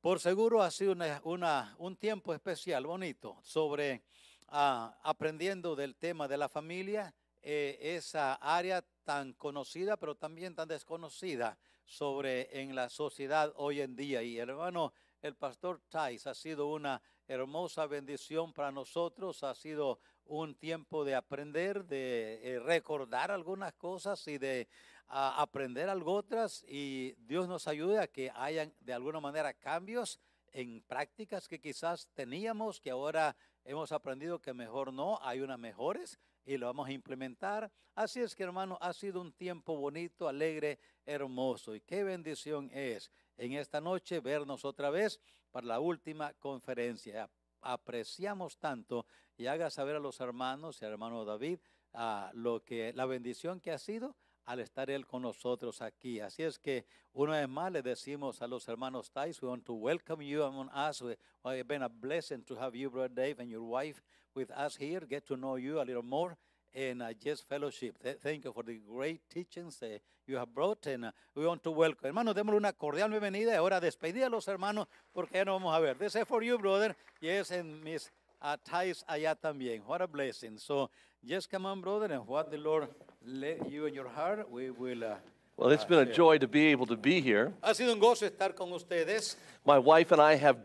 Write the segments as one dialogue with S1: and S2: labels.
S1: Por seguro ha sido una, una- un tiempo especial, bonito, sobre ah, aprendiendo del tema de la familia, eh, esa área tan conocida, pero también tan desconocida sobre en la sociedad hoy en día. Y hermano, el pastor Thais ha sido una hermosa bendición para nosotros, ha sido un tiempo de aprender, de eh, recordar algunas cosas y de a aprender algo otras y Dios nos ayude a que hayan de alguna manera cambios en prácticas que quizás teníamos, que ahora hemos aprendido que mejor no, hay unas mejores y lo vamos a implementar. Así es que hermano, ha sido un tiempo bonito, alegre, hermoso y qué bendición es en esta noche vernos otra vez para la última conferencia. Apreciamos tanto y haga saber a los hermanos y al hermano David ah, lo que la bendición que ha sido al estar él con nosotros aquí. Así es que una vez más le decimos a los hermanos Thais, we want to welcome you among us. We, well, it's been a blessing to have you, Brother Dave, and your wife with us here. Get to know you a little more and uh, just fellowship. Th- thank you for the great teachings eh, you have brought and uh, we want to welcome. Hermanos, démosle una cordial bienvenida y ahora despedir a los hermanos porque ya nos vamos a ver. This is for you, brother. Yes, and Miss uh, Thais allá también. What a blessing. So, just come on, brother, and what the Lord let you in your heart, we will... uh,
S2: Well, it's been a joy to be able to be here.
S1: Ha sido un gozo estar con ustedes
S2: My wife and I have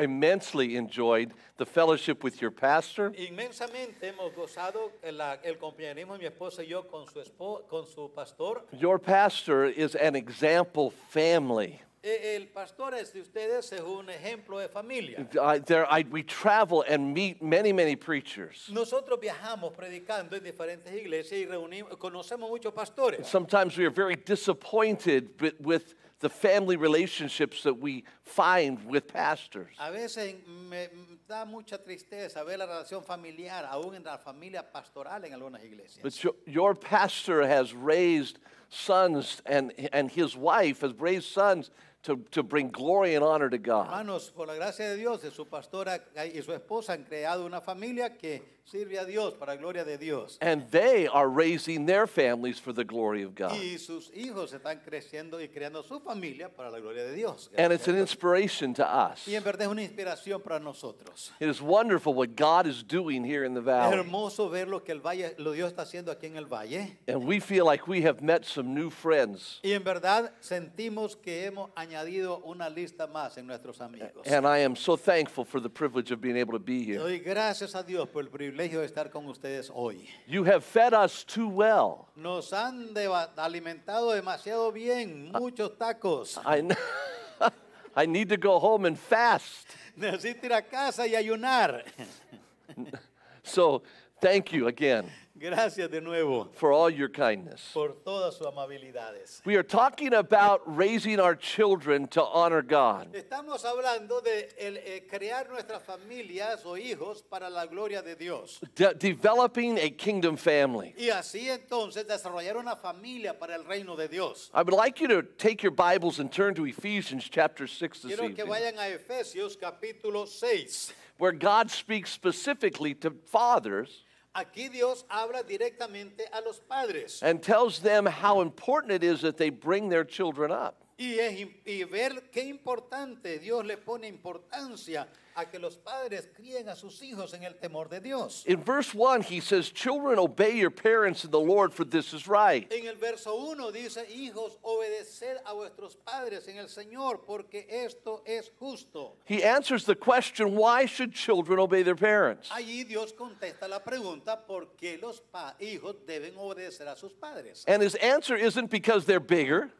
S2: immensely enjoyed the fellowship with your pastor.
S1: Inmensamente hemos gozado el, la- el compañerismo de mi esposa y yo con su, espo- con su pastor.
S2: Your pastor is an example family.
S1: E- El pastor es de ustedes es un ejemplo de familia.
S2: I, there, I, we travel and meet many, many preachers.
S1: Nosotros viajamos predicando en diferentes iglesias y reunimos, conocemos muchos pastores.
S2: Sometimes we are very disappointed with, with the family relationships that we find with pastors.
S1: A veces me da mucha tristeza ver la relación familiar, aún en la familia pastoral en algunas iglesias.
S2: But your, your pastor has raised sons, and, and his wife has raised sons to, to bring glory and honor to God.
S1: Hermanos, por la gracia de Dios, de su pastora y su esposa han creado una familia que sirve a Dios para la gloria de Dios.
S2: And they are raising their families for the glory of God.
S1: Y sus hijos están creciendo y creando su familia para la gloria de Dios.
S2: And it's an inspiration to us.
S1: Y en verdad es una inspiración para nosotros.
S2: It is wonderful what God is doing here in the
S1: Es
S2: valley.
S1: hermoso ver lo que el valle, lo Dios está haciendo aquí en el valle.
S2: And we feel like we have met some new friends.
S1: Y en verdad sentimos que hemos añadido una lista más en nuestros amigos.
S2: And I am so thankful for the privilege of being able to be here.
S1: Doy gracias a Dios por el privilegio de estar con ustedes hoy.
S2: You have fed us too well.
S1: Nos han deba- alimentado demasiado bien, muchos tacos.
S2: I, kn- I need to go home and fast.
S1: Necesito ir a casa y ayunar.
S2: So thank you again
S1: Gracias de nuevo
S2: for all your kindness.
S1: por todas sus amabilidades.
S2: We are talking about raising our children to honor God.
S1: Estamos hablando de el, eh, crear nuestras familias o hijos para la gloria de Dios.
S2: De- developing a kingdom family.
S1: Y así entonces desarrollar una familia para el reino de Dios.
S2: I would like you to take your Bibles and turn to Ephesians chapter 6 this
S1: Quiero que
S2: evening,
S1: vayan a Efesios capítulo 6.
S2: where God speaks specifically to fathers
S1: Aquí Dios habla directamente a los padres
S2: and tells them how important it is that they bring their children up.
S1: y, es im- y ver qué importante Dios le pone importancia a que los padres críen a sus hijos en el temor de Dios.
S2: In verse 1, he says, Children, obey your parents in the Lord, for this is right.
S1: En el verso 1 dice, hijos, obedeced a vuestros padres en el Señor, porque esto es justo.
S2: He answers the question, Why should children obey their parents?
S1: Allí Dios contesta la pregunta, ¿por qué los pa- hijos deben obedecer a sus padres?
S2: And his answer isn't because they're bigger,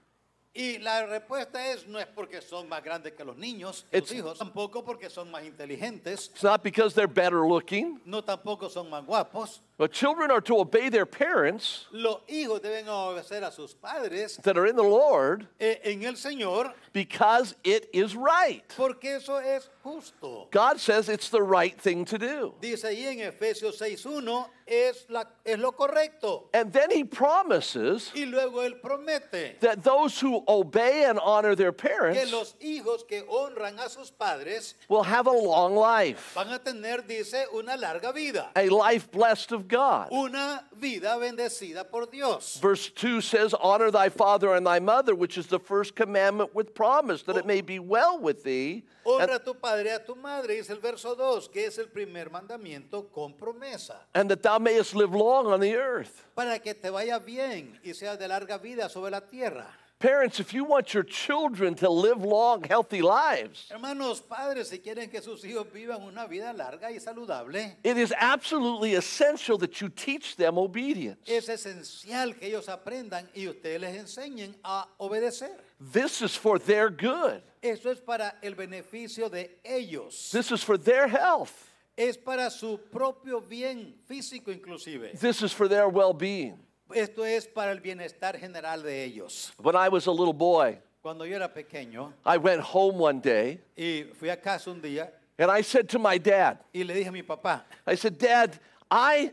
S1: Y la respuesta es, no es porque son más grandes que los niños, los
S2: It's-
S1: hijos, tampoco porque son más inteligentes,
S2: it's not because they're better looking.
S1: no tampoco son más guapos.
S2: But children are to obey their parents
S1: Los hijos deben obedecer a sus padres
S2: that are in the Lord
S1: eh, en el Señor,
S2: because it is right.
S1: porque eso es justo.
S2: God says it's the right thing to do.
S1: Dice ahí en Efesios 6.1, es, la, es lo correcto.
S2: And then he promises
S1: Y luego él promete
S2: that those who obey and honor their
S1: que
S2: parents
S1: los hijos que honran a sus padres
S2: will have a long life,
S1: van a tener, dice, una larga vida,
S2: a life blessed of God.
S1: una vida bendecida por Dios.
S2: Verse 2 says, Honor thy father and thy mother, which is the first commandment with promise, that it may be well with thee.
S1: Honra a tu padre y a tu madre, dice el verso 2, que es el primer mandamiento con promesa,
S2: and that thou mayest live long on the earth.
S1: para que te vaya bien y seas de larga vida sobre la tierra.
S2: Parents, if you want your children to live long, healthy lives,
S1: Hermanos, padres, si quieren que sus hijos vivan una vida larga y saludable,
S2: it is absolutely essential that you teach them obedience.
S1: es esencial que ellos aprendan y ustedes les enseñen a obedecer.
S2: This is for their good,
S1: Eso es para el beneficio de ellos.
S2: this is for their health,
S1: Es para su propio bien físico inclusive.
S2: this is for their well being.
S1: Esto es para el bienestar general de ellos.
S2: When I was a little boy,
S1: Cuando yo era pequeño
S2: I went home one day
S1: y fui a casa un día
S2: and I said to my dad,
S1: y le dije a mi papá,
S2: I said, Dad, I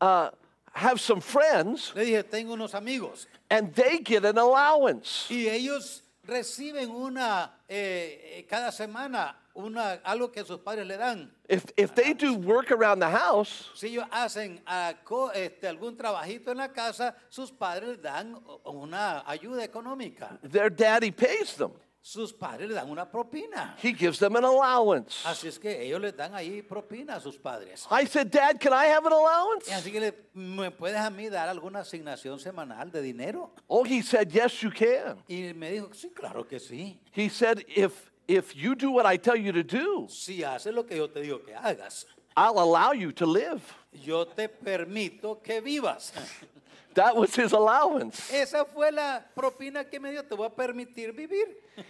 S2: uh, have some friends
S1: le dije, tengo unos amigos
S2: and they get an allowance.
S1: y ellos reciben una, eh, eh, cada semana, una, algo que sus padres le dan.
S2: If, if they do work around the house,
S1: Si Pues ellos hacen ah, co- este, algún trabajito en la casa, sus padres les dan o- una ayuda económica.
S2: their daddy pays them.
S1: Sus padres les dan una propina.
S2: He gives them an allowance.
S1: Así es que ellos les dan ahí propina a sus padres.
S2: I said, Dad, can I have an allowance?
S1: Y así que le- me puedes a mí dar alguna asignación semanal de dinero.
S2: Oh, he said, Yes, you can.
S1: Y me dijo, sí, claro que sí.
S2: He said, If if you do what I tell you to do,
S1: Si haces lo que yo te digo que hagas,
S2: I'll allow you to live.
S1: yo te permito que vivas.
S2: That was his allowance.
S1: Esa fue la propina que me dio, te voy a permitir vivir.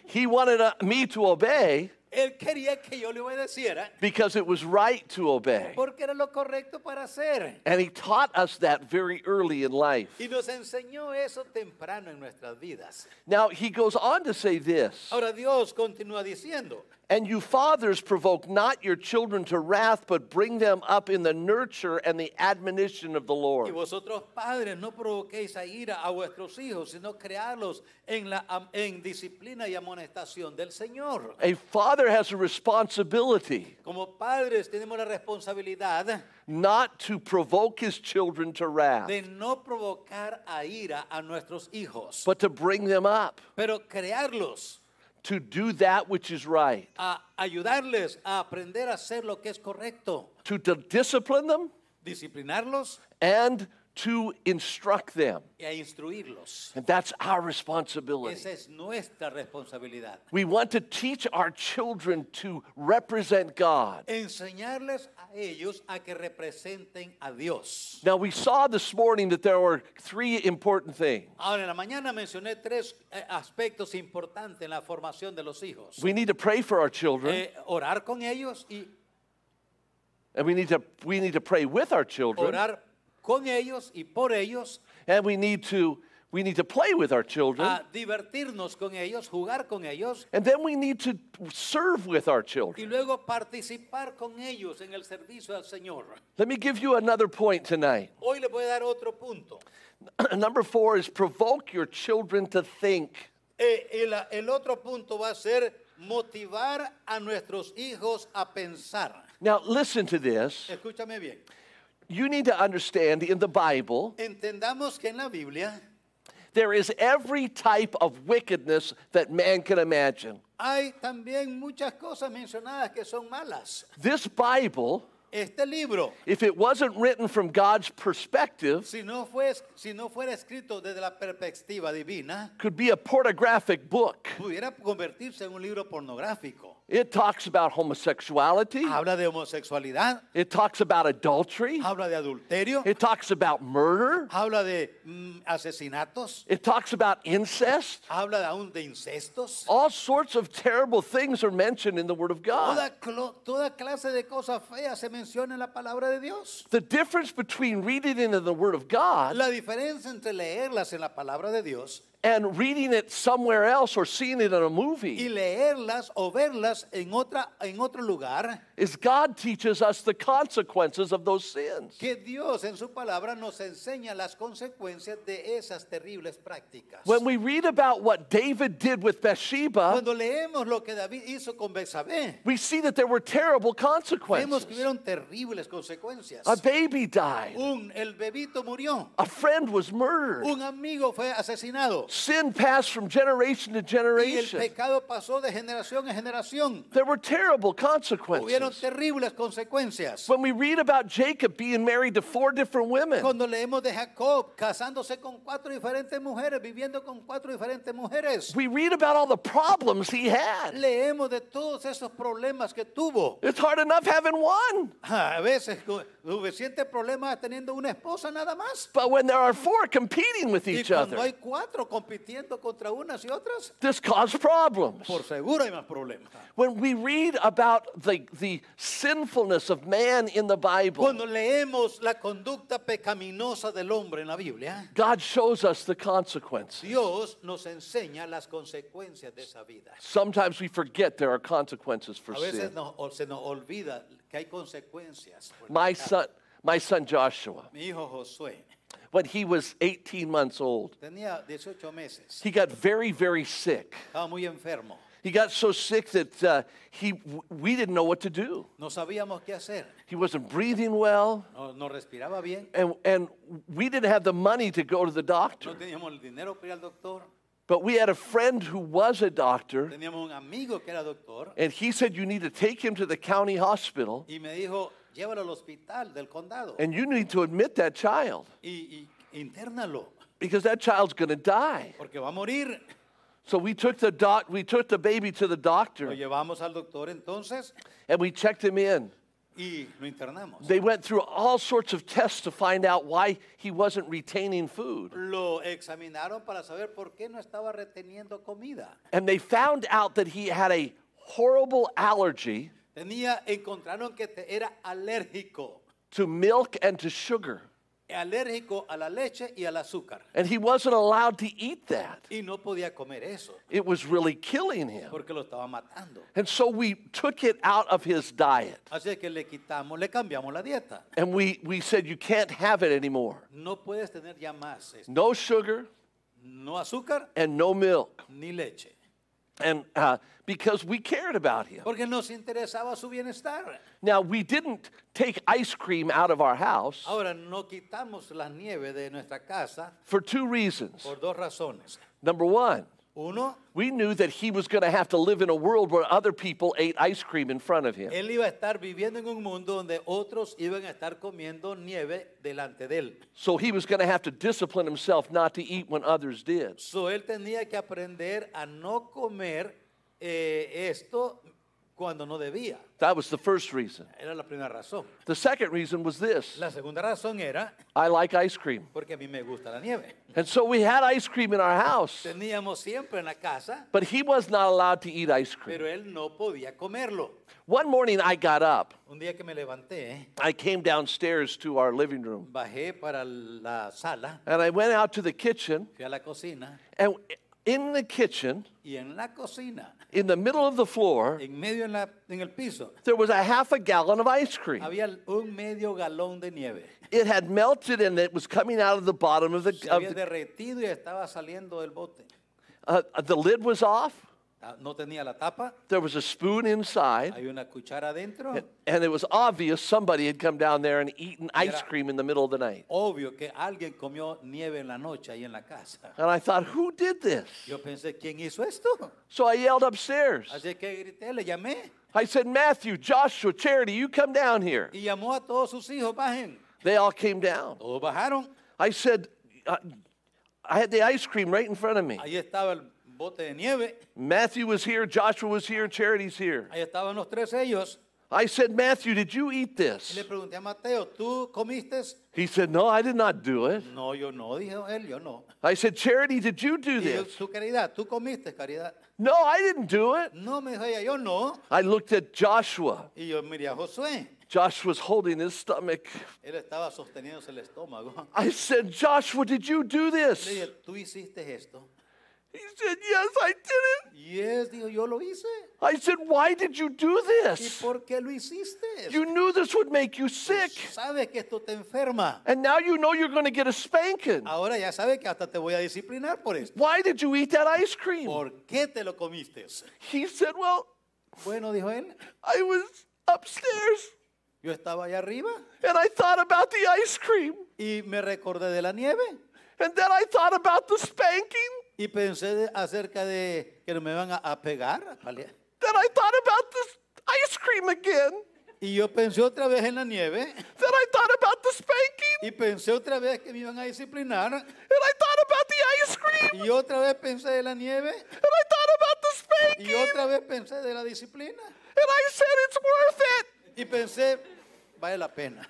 S2: He wanted uh, me to obey
S1: Él quería que yo le obedeciera
S2: because it was right to obey.
S1: porque era lo correcto para hacer.
S2: And he taught us that very early in life.
S1: Y nos enseñó eso temprano en nuestras vidas.
S2: Now, he goes on to say this
S1: Ahora Dios continúa diciendo,
S2: And you fathers provoke not your children to wrath, but bring them up in the nurture and the admonition of the
S1: Y
S2: Lord.
S1: vosotros padres no provoquéis a ira a vuestros hijos, sino crearlos en, la, am- en disciplina y amonestación del Señor.
S2: A father has a responsibility
S1: Como padres tenemos la responsabilidad
S2: not to provoke his children to wrath,
S1: de no provocar a ira a nuestros hijos,
S2: but to bring them up,
S1: pero crearlos,
S2: to do that which is right,
S1: a ayudarles a aprender a hacer lo que es correcto,
S2: to di- discipline them
S1: disciplinarlos
S2: and to instruct them.
S1: y a instruirlos.
S2: And that's our responsibility.
S1: Esa es nuestra responsabilidad.
S2: We want to teach our children to represent God.
S1: Enseñarles a ellos a que representen a Dios.
S2: Now, we saw this morning that there were three important things.
S1: Ahora, en la mañana mencioné tres eh, aspectos importantes en la formación de los hijos.
S2: We need to pray for our children,
S1: Eh, orar con ellos y
S2: and we need to, we need to pray with our children,
S1: orar con ellos y por ellos,
S2: and we need to, we need to play with our children,
S1: a divertirnos con ellos, jugar con ellos
S2: and then we need to serve with our
S1: y
S2: children.
S1: luego participar con ellos en el servicio al Señor.
S2: Let me give you another point tonight.
S1: Hoy les voy a dar otro punto.
S2: Number four is provoke your children to think.
S1: Eh, el, el otro punto va a ser motivar a nuestros hijos a pensar.
S2: Now, listen to this.
S1: Escúchame bien.
S2: You need to understand in the Bible,
S1: Entendamos que en la Biblia
S2: There is every type of wickedness that man can imagine.
S1: Hay también muchas cosas mencionadas que son malas.
S2: This Bible,
S1: Este libro,
S2: if it wasn't written from God's perspective,
S1: si no, fue, si no fuera escrito desde la perspectiva divina,
S2: could be a pornographic book.
S1: pudiera convertirse en un libro pornográfico.
S2: It talks about homosexuality,
S1: Habla de homosexualidad,
S2: it talks about adultery,
S1: habla de adulterio,
S2: it talks about murder,
S1: habla de mm, asesinatos,
S2: it talks about incest.
S1: habla de- aún de incestos.
S2: All sorts of terrible things are mentioned in the Word of God.
S1: Toda, clo- toda clase de cosas feas se menciona en la palabra de Dios.
S2: The difference between reading it in the Word of God
S1: La diferencia entre leerlas en la palabra de Dios
S2: and reading it somewhere else or seeing it in
S1: y
S2: a movie.
S1: leerlas o verlas en, otra, en otro lugar,
S2: Is God teaches us the consequences of those sins.
S1: que Dios en su palabra nos enseña las consecuencias de esas terribles prácticas.
S2: When we read about what David did with Bathsheba,
S1: Cuando leemos lo que David hizo con Betsabé,
S2: we see that there were terrible
S1: vemos que
S2: consequences.
S1: hubieron terribles consecuencias.
S2: A baby died.
S1: Un, el bebito murió.
S2: A friend was murdered.
S1: Un amigo fue asesinado.
S2: Sin passed from generation to
S1: Y el
S2: generation.
S1: pecado pasó de generación en generación.
S2: There were
S1: Oh,
S2: terrible
S1: Hubieron
S2: consequences.
S1: terribles consecuencias.
S2: When we read about Jacob being married to four different women,
S1: Cuando leemos de Jacob casándose con cuatro diferentes mujeres, viviendo con cuatro diferentes mujeres,
S2: we read about all the problems he had.
S1: leemos de todos esos problemas que tuvo.
S2: It's hard enough having one,
S1: A veces con suficientes problemas teniendo una esposa nada más.
S2: but when there are four competing with
S1: Y
S2: each
S1: cuando
S2: other,
S1: hay cuatro compitiendo contra unas y otras,
S2: this caused problems.
S1: por seguro hay más problemas.
S2: When we read about the, the sinfulness of man in the Bible,
S1: Cuando leemos la conducta pecaminosa del hombre en la Biblia,
S2: God shows us the consequence.
S1: Dios nos enseña las consecuencias de esa vida.
S2: Sometimes we forget there are consequences for
S1: A veces
S2: sin.
S1: nos- o se nos olvida que hay consecuencias. por
S2: My
S1: pecado.
S2: son, my son Joshua,
S1: Mi hijo Josué
S2: when he was 18 months old,
S1: tenía 18 meses,
S2: he got very, very sick.
S1: estaba muy enfermo,
S2: He got so sick that uh, he, w- we didn't know what to do.
S1: no sabíamos qué hacer,
S2: He wasn't breathing well,
S1: no, no respiraba bien,
S2: and, and we didn't have the money to go to the doctor.
S1: no teníamos el dinero para ir al doctor,
S2: But we had a friend who was a doctor,
S1: teníamos un amigo que era doctor
S2: and he said, You need to take him to the county hospital,
S1: y me dijo, llévalo al hospital del condado
S2: and you need to admit that child
S1: y, y internalo,
S2: because that child's going to die.
S1: porque va a morir.
S2: So we took, the doc- we took the baby to the
S1: Lo
S2: doctor,
S1: llevamos al doctor entonces
S2: and we checked him in.
S1: y lo internamos.
S2: They went through all sorts of tests to find out why he wasn't retaining food.
S1: Lo examinaron para saber por qué no estaba reteniendo comida.
S2: And they found out that he had a horrible allergy
S1: Tenía, encontraron que te- era alérgico,
S2: to milk and to sugar.
S1: alérgico a la leche y al azúcar.
S2: And he wasn't allowed to eat that.
S1: Y no podía comer eso
S2: It was really killing him.
S1: porque lo estaba matando.
S2: And so we took it out of his diet.
S1: Así que le quitamos, le cambiamos la dieta.
S2: And we, we said, You can't have it anymore.
S1: No puedes tener ya más, esto.
S2: No sugar
S1: no azúcar
S2: and no milk.
S1: ni leche.
S2: And uh, because we cared about him.
S1: Porque nos interesaba su bienestar.
S2: Now, we didn't take ice cream out of our house
S1: Ahora, no quitamos las nieves de nuestra casa
S2: for two reasons.
S1: por dos razones.
S2: Number one,
S1: Uno,
S2: we knew that he was going to have to live in a world where other people ate ice cream in front of him.
S1: Él iba a estar viviendo en un mundo donde otros iban a estar comiendo nieve delante de él.
S2: So he was going to have to discipline himself not to eat when others did.
S1: So él tenía que aprender a no comer eh, esto cuando no debía.
S2: That was the first reason.
S1: Era la primera razón.
S2: The second reason was this
S1: La segunda razón era
S2: I like ice cream.
S1: porque a mí me gusta la nieve.
S2: And so we had ice cream in our house,
S1: Teníamos siempre en la casa,
S2: but he was not allowed to eat ice cream.
S1: pero él no podía comerlo.
S2: One morning I got up.
S1: Un día que me levanté,
S2: I came downstairs to our living room
S1: bajé para la sala,
S2: and I went out to the kitchen.
S1: fui a la cocina
S2: And in the kitchen,
S1: y en la cocina,
S2: in the middle of the floor,
S1: en medio en, la- en el piso,
S2: there was a half a gallon of ice cream.
S1: había un medio galón de nieve.
S2: It had melted and it was coming out of the bottom of the,
S1: se
S2: of
S1: había
S2: the,
S1: derretido y estaba saliendo del bote.
S2: uh, the lid was off.
S1: Ah, No tenía la tapa,
S2: There was a spoon inside.
S1: hay una cuchara adentro.
S2: And it was obvious somebody had come down there and eaten ice cream in the middle of the night.
S1: Obvio que alguien comió nieve en la noche ahí en la casa.
S2: And I thought, who did this?
S1: Yo pensé, ¿quién hizo esto?
S2: So I yelled upstairs.
S1: Así que grité, le llamé
S2: I said, Matthew, Joshua, Charity, you come down here.
S1: y llamó a todos sus hijos, bajen.
S2: They all came down.
S1: Todos bajaron,
S2: I said, I, I had the ice cream right in front of me.
S1: ahí estaba el bote de nieve,
S2: Matthew was here, Joshua was here, Charity's here.
S1: ahí estaban los tres ellos.
S2: I said, Matthew, did you eat
S1: Y
S2: this?
S1: le pregunté a Mateo, ¿tú comiste?
S2: He said, No, I did not do it.
S1: No, yo no, dijo él, yo no.
S2: I said, Charity, did you do
S1: Y yo,
S2: this?
S1: su caridad, ¿tú comiste, caridad?
S2: No, I didn't do it.
S1: No, me dijo ella, yo no.
S2: I looked at Joshua.
S1: Y yo miré a Josué.
S2: Joshua's holding his stomach.
S1: Él estaba sosteniéndose el estómago.
S2: I said, Joshua, did you do
S1: Le dije,
S2: this?
S1: tú hiciste esto.
S2: He said, Yes, I did it.
S1: Yes, dijo, yo lo hice.
S2: I said, Why did you do
S1: ¿Y
S2: this?
S1: por qué lo hiciste?
S2: You knew this would make you sick.
S1: Sabes que esto te enferma.
S2: And now you know you're going to get a spanking.
S1: Ahora ya sabes que hasta te voy a disciplinar por esto.
S2: Why did you eat that ice cream?
S1: ¿Por qué te lo comiste?
S2: He said, Well,
S1: Bueno, dijo él,
S2: I was upstairs
S1: yo estaba allá arriba
S2: and I thought about the ice cream.
S1: y me recordé de la nieve
S2: And then I thought about the spanking.
S1: y pensé de- acerca de que me van a, a pegar. a palear.
S2: Then I thought about this ice cream again.
S1: Y yo pensé otra vez en la nieve
S2: Then I thought about the spanking.
S1: y pensé otra vez que me iban a disciplinar
S2: And I thought about the ice cream.
S1: y otra vez pensé de la nieve
S2: And I thought about the spanking.
S1: y otra vez pensé de la disciplina
S2: And I said, It's worth it.
S1: y pensé, vale la pena.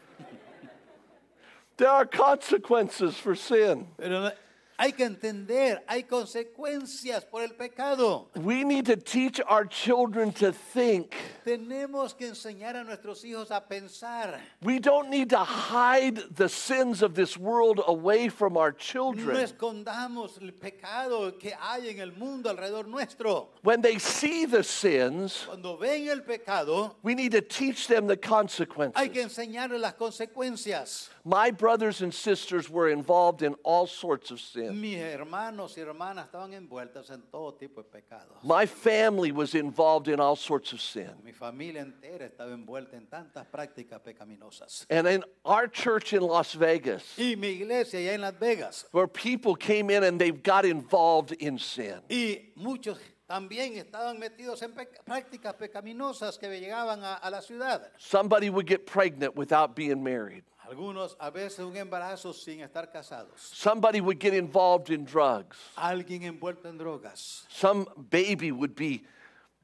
S2: There are consequences for sin.
S1: Pero no- hay que entender, hay consecuencias por el pecado.
S2: We need to teach our children to think.
S1: Tenemos que enseñar a nuestros hijos a pensar.
S2: We don't need to hide the sins of this world away from our
S1: No
S2: children.
S1: escondamos el pecado que hay en el mundo alrededor nuestro.
S2: When they see the sins,
S1: Cuando ven el pecado,
S2: we need to teach them the
S1: hay que
S2: consequences.
S1: enseñarles las consecuencias.
S2: My brothers and sisters were involved in all sorts of sin.
S1: Mis hermanos y hermanas estaban envueltas en todo tipo de pecados.
S2: My family was involved in all sorts of sin.
S1: Mi familia entera estaba envuelta en tantas prácticas pecaminosas.
S2: And in our church in Las Vegas,
S1: Y mi iglesia allá en Las Vegas.
S2: where people came in and they got involved in sin.
S1: Y muchos también estaban metidos en peca- prácticas pecaminosas que llegaban a, a la ciudad.
S2: Somebody would get pregnant without being married.
S1: Algunos a veces un embarazo sin estar casados.
S2: Somebody would get involved in drugs.
S1: Alguien envuelto en drogas.
S2: Some baby would be,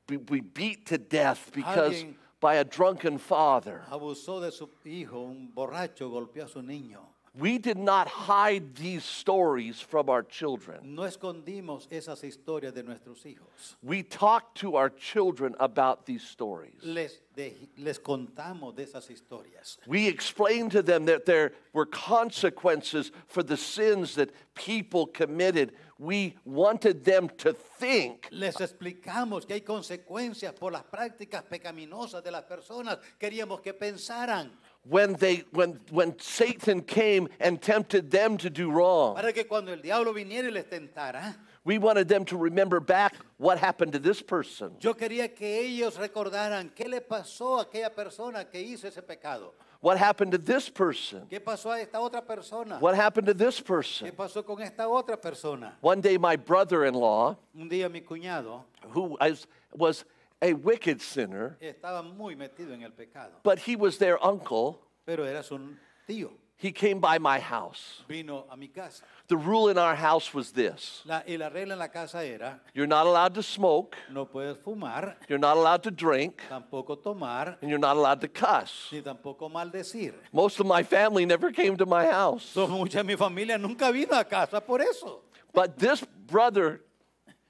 S2: be, be beat to death because
S1: Alguien-
S2: by a drunken father.
S1: Abusó de su hijo, un borracho golpeó a su niño.
S2: We did not hide these stories from our children.
S1: No escondimos esas historias de nuestros hijos.
S2: We talked to our children about these stories.
S1: Les, de- les contamos de esas historias.
S2: We explained to them that there were consequences for the sins that people committed. We wanted them to think.
S1: Les explicamos que hay consecuencias por las prácticas pecaminosas de las personas. Queríamos que pensaran
S2: when they when when satan came and tempted them to do wrong
S1: para que cuando el diablo viniera y les tentara,
S2: we wanted them to remember back what happened to this person
S1: yo quería que ellos recordaran qué le pasó a aquella persona que hizo ese pecado.
S2: what happened to this person
S1: ¿Qué pasó a esta otra persona?
S2: what happened to this
S1: ¿Qué
S2: person
S1: pasó con esta otra persona?
S2: one day my brother-in-law
S1: Un día mi cuñado
S2: who was, was a wicked sinner
S1: estaba muy metido en el pecado,
S2: but he was their uncle
S1: pero era su tío.
S2: he came by my house
S1: Vino a mi casa.
S2: the rule in our house was this
S1: La- y la regla en la casa era,
S2: you're not allowed to smoke
S1: no puedes fumar,
S2: you're not allowed to drink
S1: tampoco tomar,
S2: and you're not allowed to cuss
S1: ni tampoco maldecir.
S2: most of my family never came to my house
S1: So, mucha de mi familia nunca vino a casa por eso.
S2: But this brother,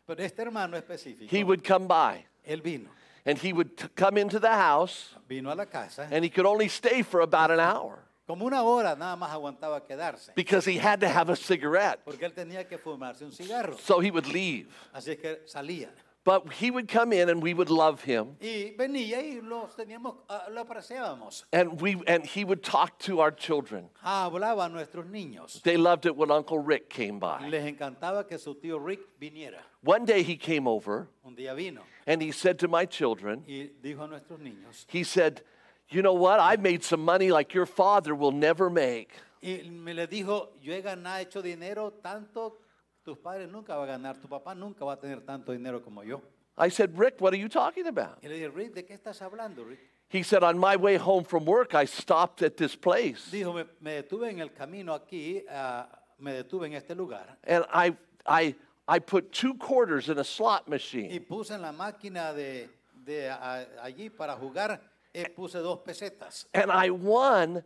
S1: Pero este hermano específico,
S2: he would come by
S1: él vino.
S2: and he would t- come into the house
S1: Vino a la casa.
S2: and he could only stay for about an hour
S1: Como una hora nada más aguantaba quedarse.
S2: because he had to have a cigarette.
S1: Porque él tenía que fumarse un cigarro.
S2: So he would leave.
S1: Así es que salía.
S2: But he would come in and we would love him
S1: Y venía y los teníamos, ah, lo apreciábamos.
S2: and, we, and he would talk to our children.
S1: Hablaba a nuestros niños.
S2: They loved it when Uncle Rick came by.
S1: Les encantaba que su tío Rick viniera.
S2: One day he came over
S1: Un día vino
S2: and he said to my children,
S1: y dijo a nuestros niños.
S2: he said, You know what? I've made some money like your father will never make.
S1: Y me le dijo, yo he ganado, he hecho dinero tanto, tus padres nunca van a ganar, tu papá nunca va a tener tanto dinero como yo.
S2: I said, Rick, what are you talking about?
S1: Y le dije, Rick, ¿de qué estás hablando, Rick?
S2: He said, On my way home from work, I stopped at this place
S1: Dijo, me, me detuve en el camino aquí, ah, me detuve en este lugar
S2: and I, I, I put two quarters in a slot
S1: y
S2: machine.
S1: puse en la máquina de, de a- allí para jugar, eh, puse dos pesetas.
S2: And I won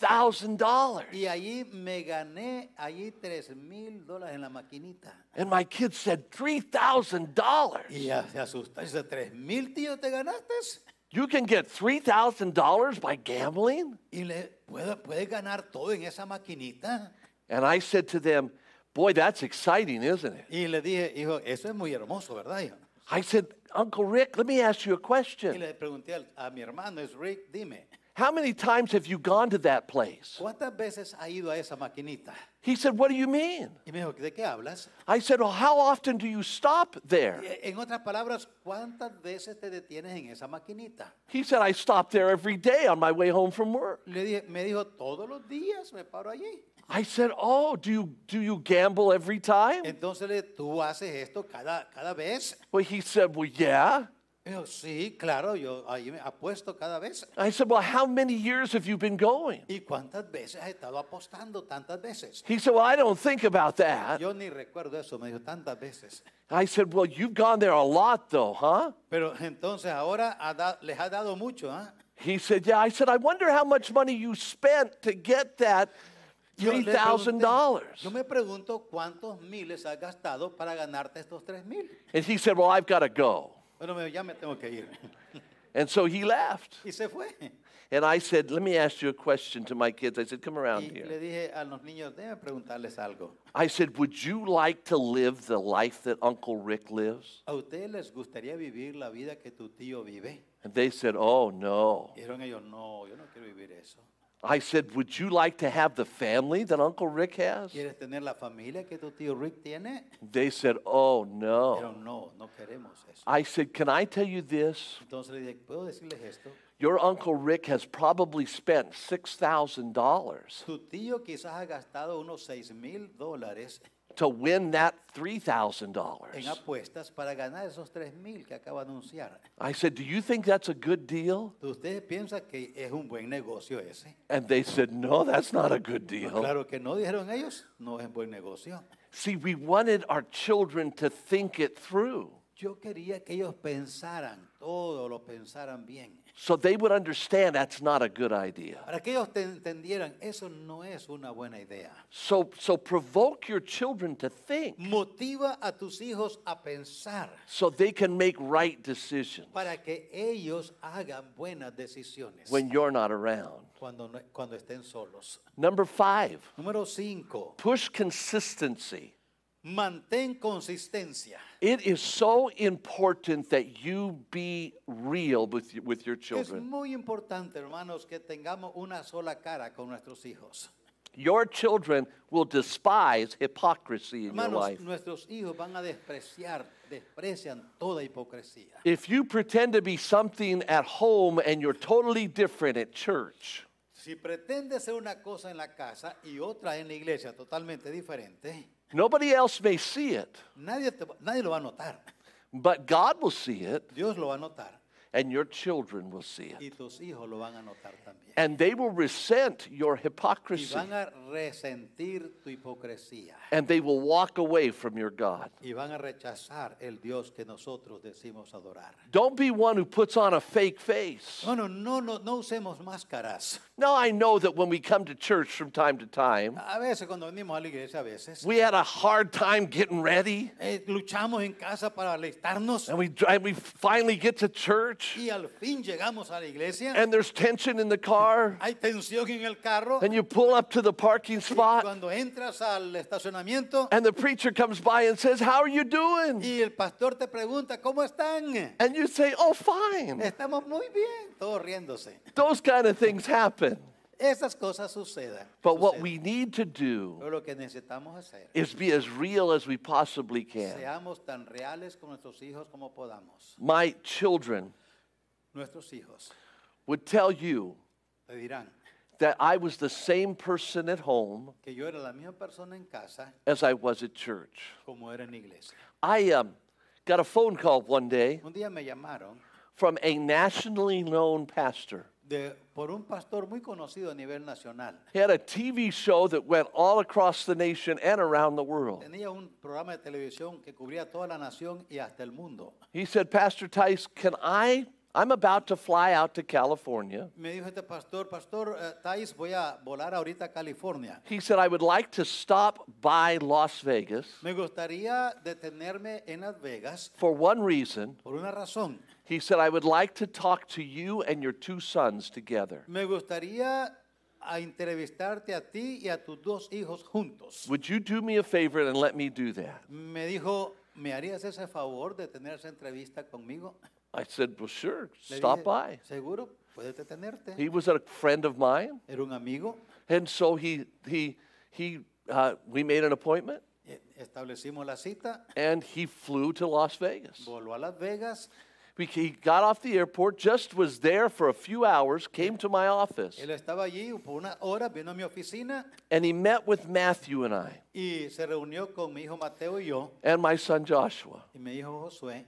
S2: $3,000.
S1: Y allí me gané, allí tres mil dólares en la maquinita.
S2: And my kids said, $3,000?
S1: Y ya se asustó. Dice, tres mil, tío, te ganaste.
S2: You can get $3,000 by gambling?
S1: Y le, ¿puedo- ¿puedes ganar todo en esa maquinita?
S2: And I said to them, Boy, that's exciting, isn't it?
S1: Y le dije, hijo, eso es muy hermoso, ¿verdad? hijo?"
S2: I said, Uncle Rick, let me ask you a
S1: Y
S2: question.
S1: le pregunté al- a mi hermano, es Rick, dime,
S2: How many times have you gone to that place?
S1: ¿cuántas veces ha ido a esa maquinita?
S2: He said, What do you mean?
S1: Y me dijo, ¿de qué hablas?
S2: I said, Well, how often do you stop there?
S1: E- En otras palabras, ¿cuántas veces te detienes en esa maquinita?
S2: He said, I stop there every day on my way home from work.
S1: Le dije, me dijo, todos los días me paro allí.
S2: I said, Oh, do you, do you gamble every time?
S1: Entonces le dije, tú haces esto cada, cada vez.
S2: Well, he said, Well, yeah.
S1: Me dijo, sí, claro, yo ahí me apuesto cada vez.
S2: I said, Well, how many years have you been going?
S1: ¿Y cuántas veces has estado apostando? Tantas veces.
S2: He said, Well, I don't think about that.
S1: Yo ni recuerdo eso, me dijo, tantas veces.
S2: I said, Well, you've gone there a lot, though, huh?
S1: Pero entonces ahora ha da- les ha dado mucho, ¿ah?
S2: He said, Yeah. I said, I wonder how much money you spent to get that
S1: Yo le pregunté, Yo
S2: $3,000.
S1: me pregunto cuántos miles has gastado para ganarte estos tres mil.
S2: And he said, Well, I've got to go.
S1: Bueno, me dijo, ya me tengo que ir.
S2: And so he left.
S1: Y se fue.
S2: And I said, Let me ask you a question to my kids. I said, Come around
S1: Y le
S2: here.
S1: dije a los niños, déjenme preguntarles algo.
S2: I said, Would you like to live the life that Uncle Rick lives?
S1: ¿A ustedes les gustaría vivir la vida que tu tío vive?
S2: And they said, Oh, no.
S1: Y dijeron ellos, no, yo no quiero vivir eso.
S2: I said, Would you like to have the family that Uncle Rick has?
S1: ¿Quieres tener la familia que tu tío Rick tiene?
S2: They said, Oh, no.
S1: Dijeron, no, no queremos eso.
S2: I said, Can I tell you this?
S1: Entonces le dije, ¿puedo decirles esto?
S2: Your Uncle Rick has probably spent $6,000
S1: Tu tío quizás ha gastado unos 6 mil dólares
S2: to win that
S1: en
S2: $3,000.
S1: apuestas para ganar esos 3 mil que acaba de anunciar.
S2: I said, Do you think that's a good deal?
S1: ¿Ustedes piensan que es un buen negocio ese?
S2: And they said, No, that's not a good
S1: Pues
S2: deal.
S1: Claro que no, dijeron ellos, no es buen negocio.
S2: See, we wanted our children to think it through
S1: Yo quería que ellos pensaran, todo lo pensaran bien,
S2: so they would understand that's not a good idea.
S1: para que ellos te entendieran, eso no es una buena idea.
S2: So, so provoke your children to think
S1: Motiva a tus hijos a pensar
S2: so they can make right decisions
S1: para que ellos hagan buenas decisiones
S2: when you're not around.
S1: cuando, no- cuando estén solos.
S2: Number five,
S1: Número 5.
S2: push consistency.
S1: Mantén consistencia.
S2: It is so important that you be real with, y- with your
S1: Es
S2: children.
S1: muy importante, hermanos, que tengamos una sola cara con nuestros hijos.
S2: Your children will despise hypocrisy in your
S1: Hermanos,
S2: life.
S1: nuestros hijos van a despreciar, desprecian toda hipocresía.
S2: If you pretend to be something at home and you're totally different at church,
S1: Si pretende ser una cosa en la casa y otra en la iglesia totalmente diferente,
S2: nobody else may see it,
S1: nadie, te va- nadie lo va a notar.
S2: but God will see it
S1: Dios lo va a notar
S2: and your children will see it.
S1: y tus hijos lo van a notar también.
S2: And they will resent your
S1: Y
S2: hypocrisy
S1: van a resentir tu hipocresía
S2: and they will walk away from your God.
S1: y van a rechazar el Dios que nosotros decimos adorar.
S2: Don't be one who puts on a fake face.
S1: Bueno, no, no, no usemos máscaras.
S2: Now, I know that when we come to church from time to time,
S1: A veces cuando venimos a la iglesia, a veces
S2: we had a hard time getting ready
S1: eh, luchamos en casa para alistarnos
S2: and we, and we finally get to church
S1: y al fin llegamos a la iglesia.
S2: and there's tension in the car
S1: Hay tensión en el carro.
S2: and you pull up to the parking spot
S1: Cuando entras al estacionamiento
S2: and the preacher comes by and says, How are you doing?
S1: y el pastor te pregunta, ¿cómo están?
S2: And you say, Oh, fine.
S1: Estamos muy bien, todos riéndose.
S2: Those kind of things happen.
S1: Esas cosas sucedan.
S2: But what
S1: suceden.
S2: we need to do
S1: Pero lo que necesitamos hacer,
S2: is be as real as we possibly can.
S1: seamos tan reales con nuestros hijos como podamos.
S2: My children
S1: Nuestros hijos
S2: would tell you
S1: te dirán
S2: that I was the same person at home
S1: que yo era la misma persona en casa
S2: as I was at church.
S1: como era en la iglesia.
S2: I um, got a phone call one day
S1: Un día me llamaron
S2: from a nationally known pastor.
S1: de, por un pastor muy conocido a nivel nacional.
S2: He had a TV show that went all across the nation and around the world.
S1: Tenía un programa de televisión que cubría toda la nación y hasta el mundo.
S2: He said, Pastor Tice, can I? I'm about to fly out to California.
S1: Me dijo este pastor, pastor eh, Thais, voy a volar ahorita a California.
S2: He said, I would like to stop by Las Vegas
S1: Me gustaría detenerme en Las Vegas
S2: for one reason.
S1: por una razón.
S2: He said, I would like to talk to you and your two sons together.
S1: Me gustaría ah, a entrevistarte a ti y a tus dos hijos juntos.
S2: Would you do me a favor and let me do that?
S1: Me dijo, ¿me harías ese favor de tener esa entrevista conmigo?
S2: I said, Well, sure,
S1: Le
S2: stop
S1: dije,
S2: by.
S1: Seguro, puedes detenerte.
S2: He was a friend of mine.
S1: Era un amigo.
S2: And so he, he, he, uh, we made an appointment
S1: Eh, Establecimos la cita.
S2: and he flew to Las Vegas.
S1: Voló a Las Vegas.
S2: We, he got off the airport, just was there for a few hours, came to my office,
S1: Él estaba allí por una hora, vino a mi oficina
S2: and he met with Matthew and I
S1: y se reunió con mi hijo Mateo y yo.
S2: and my son Joshua.
S1: Y me dijo, Josué,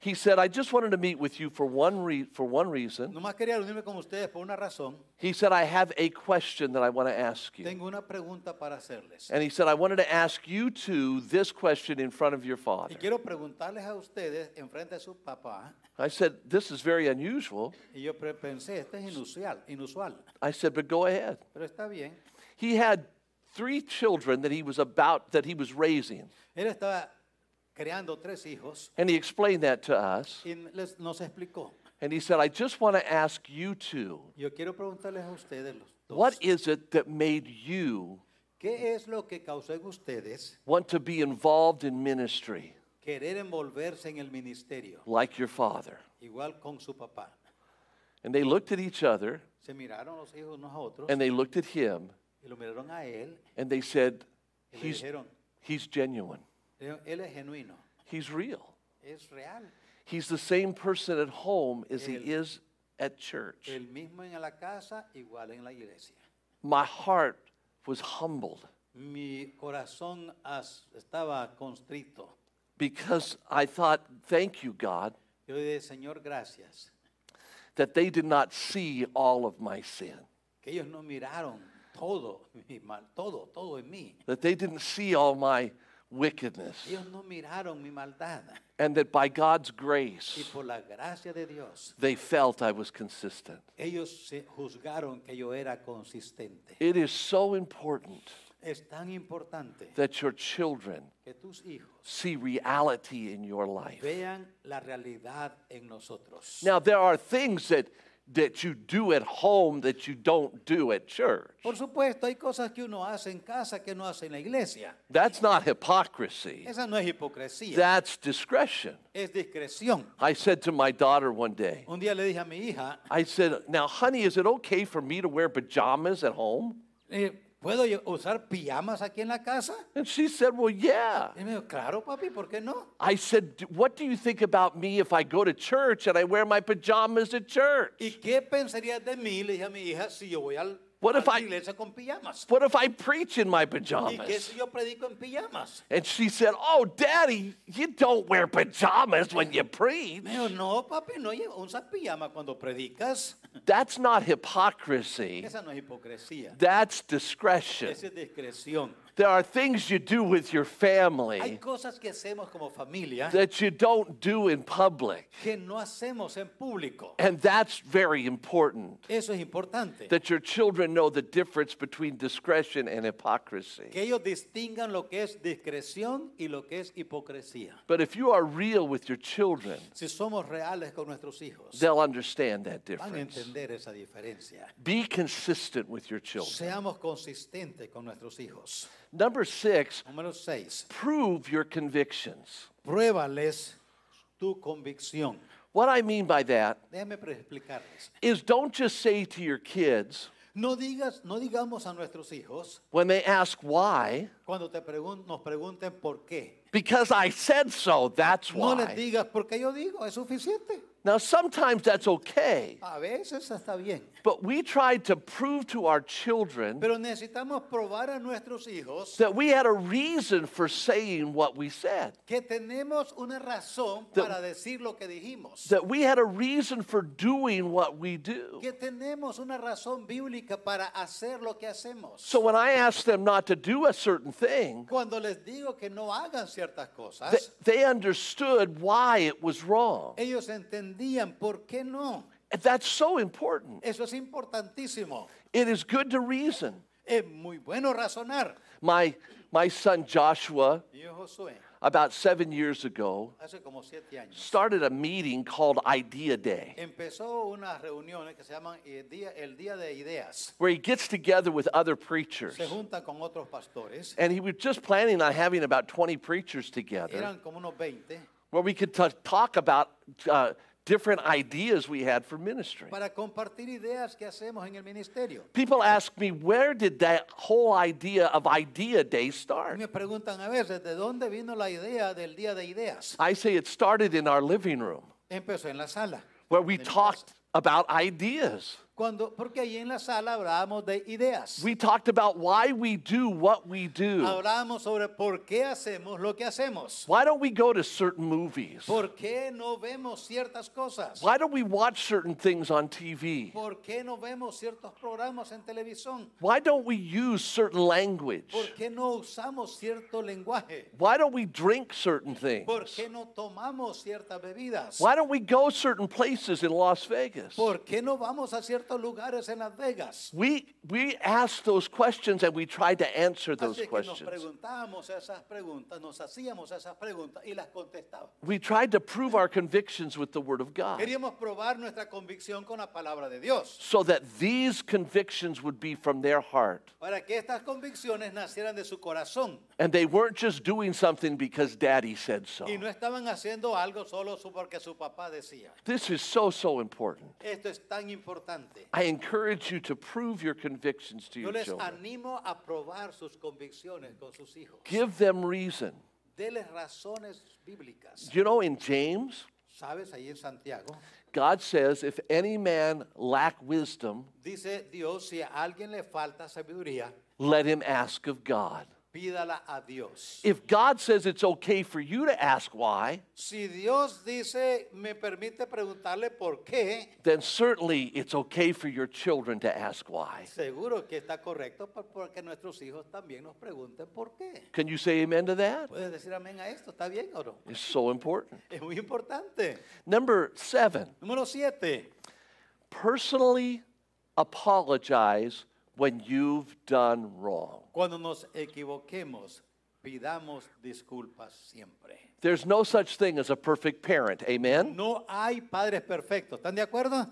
S2: He said, I just wanted to meet with you for one, re- for one reason.
S1: nomás quería reunirme con ustedes por una razón.
S2: He said, I have a question that I want to ask you.
S1: Tengo una pregunta para hacerles.
S2: And he said, I wanted to ask you two this question in front of your
S1: Y
S2: father.
S1: quiero preguntarles a ustedes en frente de su papá.
S2: I said, This is very unusual.
S1: Y yo pre- pensé, esto es inusual, inusual.
S2: I said, But go ahead.
S1: Pero está bien.
S2: He had three children that he was about, that he was raising.
S1: Él estaba creando tres hijos
S2: And he explained that to us.
S1: y les- nos explicó.
S2: And he said, I just want to ask you two,
S1: Yo quiero preguntarles a ustedes los dos.
S2: what is it that made you
S1: ¿Qué es lo que causó en ustedes
S2: want to be involved in ministry
S1: querer envolverse en el ministerio?
S2: like your father?
S1: Igual con su papá.
S2: And they looked at each other
S1: Se miraron los hijos unos a otros
S2: and they looked at him
S1: y lo miraron a él
S2: and they said,
S1: y le
S2: He's,
S1: dijeron,
S2: he's genuine,
S1: le dijeron, él es genuino,
S2: he's real.
S1: es real.
S2: He's the same person at home as he
S1: El-
S2: is at church.
S1: El mismo en la casa, igual en la iglesia.
S2: My heart was humbled
S1: Mi corazón as- estaba constrito.
S2: because I thought, thank you, God,
S1: Yo dije, Señor, gracias,
S2: that they did not see all of my sin,
S1: que ellos no miraron todo, mi mal, todo, todo en mí.
S2: that they didn't see all my wickedness,
S1: Ellos no miraron mi maldad.
S2: and that by God's
S1: Y
S2: grace,
S1: por la gracia de Dios,
S2: they felt I was consistent.
S1: ellos se juzgaron que yo era consistente.
S2: It is so important
S1: Es tan importante
S2: that your children
S1: que tus hijos
S2: see reality in your life.
S1: vean la realidad en nosotros.
S2: Now, there are things that, that you do at home that you don't do at church.
S1: Por supuesto, hay cosas que uno hace en casa que no hace en la iglesia.
S2: That's not hypocrisy.
S1: Esa no es hipocresía,
S2: That's discretion.
S1: es discreción.
S2: I said to my daughter one day,
S1: Un día le dije a mi hija,
S2: I said, Now, honey, is it okay for me to wear pajamas at home?
S1: eh, ¿puedo yo usar pijamas aquí en la casa?
S2: And she said, Well, yeah.
S1: Y me dijo, claro, papi, ¿por qué no?
S2: I said, "D- What do you think about me if I go to church and I wear my pajamas at church?
S1: ¿Y qué pensarías de mí? Le dije a mi hija, si yo voy al,
S2: What
S1: a
S2: if
S1: la
S2: I-
S1: iglesia con pijamas.
S2: What if I preach in my
S1: ¿Y qué
S2: pajamas?
S1: si yo predico en pijamas?
S2: And she said, Oh, daddy, you don't wear pajamas when you preach.
S1: Me dijo, no, papi, no llevo- usas pijamas cuando predicas.
S2: That's not hypocrisy,
S1: Esa no es hipocresía,
S2: that's discretion.
S1: esa es discreción.
S2: There are things you do with your
S1: Hay
S2: family
S1: cosas que hacemos como familia
S2: that you don't do in public.
S1: que no hacemos en público.
S2: And that's very important
S1: Eso es importante.
S2: that your children know the difference between discretion and hypocrisy.
S1: Que ellos distingan lo que es discreción y lo que es hipocresía.
S2: But if you are real with your children,
S1: Si somos reales con nuestros hijos,
S2: they'll understand that
S1: van a
S2: difference.
S1: entender esa diferencia.
S2: Be consistent with your children.
S1: Seamos consistentes con nuestros hijos.
S2: Number six,
S1: Número 6.
S2: prove your convictions.
S1: Pruébales tu convicción.
S2: What I mean by that
S1: Déjame pre- explicarles.
S2: is don't just say to your kids
S1: No digas, no digamos a nuestros hijos
S2: when they ask why,
S1: cuando te pregun- nos pregunten por qué.
S2: because I said so, that's
S1: No les
S2: why.
S1: digas porque yo digo, es suficiente.
S2: Now, sometimes that's okay,
S1: A veces está bien.
S2: but we try to prove to our children
S1: Pero necesitamos probar a nuestros hijos
S2: that we had a reason for saying what we said,
S1: que tenemos una razón
S2: That-
S1: para decir lo que dijimos.
S2: that we had a reason for doing what we do.
S1: Que tenemos una razón bíblica para hacer lo que hacemos.
S2: So when I ask them not to do a certain thing,
S1: Cuando les digo que no hagan ciertas
S2: th-
S1: cosas,
S2: they understood why it was wrong.
S1: ellos entendían por qué no.
S2: And that's so important.
S1: Eso es importantísimo.
S2: It is good to reason.
S1: Es muy bueno razonar.
S2: My my son Joshua,
S1: Y yo, Josué,
S2: about seven years ago,
S1: hace como siete años.
S2: started a meeting called Idea Day,
S1: Empezó unas reuniones que se llaman eh, día- el Día de Ideas.
S2: where he gets together with other preachers.
S1: Se juntan con otros pastores.
S2: And he was just planning on having about 20 preachers together,
S1: Eran como unos 20
S2: where we could t- talk about uh, different ideas we had for ministry.
S1: para compartir ideas que hacemos en el ministerio.
S2: People ask me, where did that whole idea of Idea Day
S1: Y
S2: start?
S1: me preguntan a veces, ¿de dónde vino la idea del Día de Ideas?
S2: I say it started in our living room,
S1: Empezó en la sala.
S2: where we
S1: en mi
S2: talked
S1: casa.
S2: about ideas.
S1: Cuando, porque ahí en la sala hablábamos de ideas.
S2: We talked about why we do what we do.
S1: Hablábamos sobre por qué hacemos lo que hacemos.
S2: Why don't we go to certain movies?
S1: ¿Por qué no vemos ciertas cosas?
S2: Why don't we watch certain things on TV?
S1: ¿Por qué no vemos ciertos programas en televisión?
S2: Why don't we use certain language?
S1: ¿Por qué no usamos cierto lenguaje?
S2: Why don't we drink certain things?
S1: ¿Por qué no tomamos ciertas bebidas?
S2: Why don't we go certain places in Las Vegas?
S1: ¿Por qué no vamos a ciertos lugares en Las Vegas?
S2: We, we asked those questions and we tried to answer those
S1: Así que nos
S2: questions.
S1: preguntábamos esas preguntas, nos hacíamos esas preguntas y las contestábamos.
S2: We tried to prove our convictions with the Word of God
S1: Queríamos probar nuestra convicción con la palabra de Dios
S2: so that these convictions would be from their heart.
S1: para que estas convicciones nacieran de su corazón
S2: And they weren't just doing something because daddy said so.
S1: y no estaban haciendo algo solo su- porque su papá decía.
S2: This is so, so important.
S1: Esto es tan importante.
S2: I encourage you to prove your convictions to
S1: Yo
S2: your
S1: les
S2: children.
S1: animo a probar sus convicciones con sus hijos.
S2: Give them reason.
S1: Deles razones bíblicas.
S2: You know, in James,
S1: ¿Sabes? Ahí en Santiago
S2: God says, if any man lack wisdom,
S1: dice Dios, si a alguien le falta sabiduría,
S2: let him ask of God.
S1: pídala a Dios.
S2: If God says it's okay for you to ask why,
S1: Si Dios dice, me permite preguntarle por qué,
S2: then certainly it's okay for your children to ask why.
S1: seguro que está correcto por- porque nuestros hijos también nos pregunten por qué.
S2: Can you say amen to that?
S1: ¿Puedes decir amén a esto? ¿Está bien o no?
S2: It's so important.
S1: Es muy importante.
S2: Number seven,
S1: Número siete.
S2: personally apologize when you've done wrong.
S1: Cuando nos equivoquemos, pidamos disculpas siempre.
S2: There's no such thing as a perfect parent, amen?
S1: No hay padres perfectos. ¿Están de acuerdo?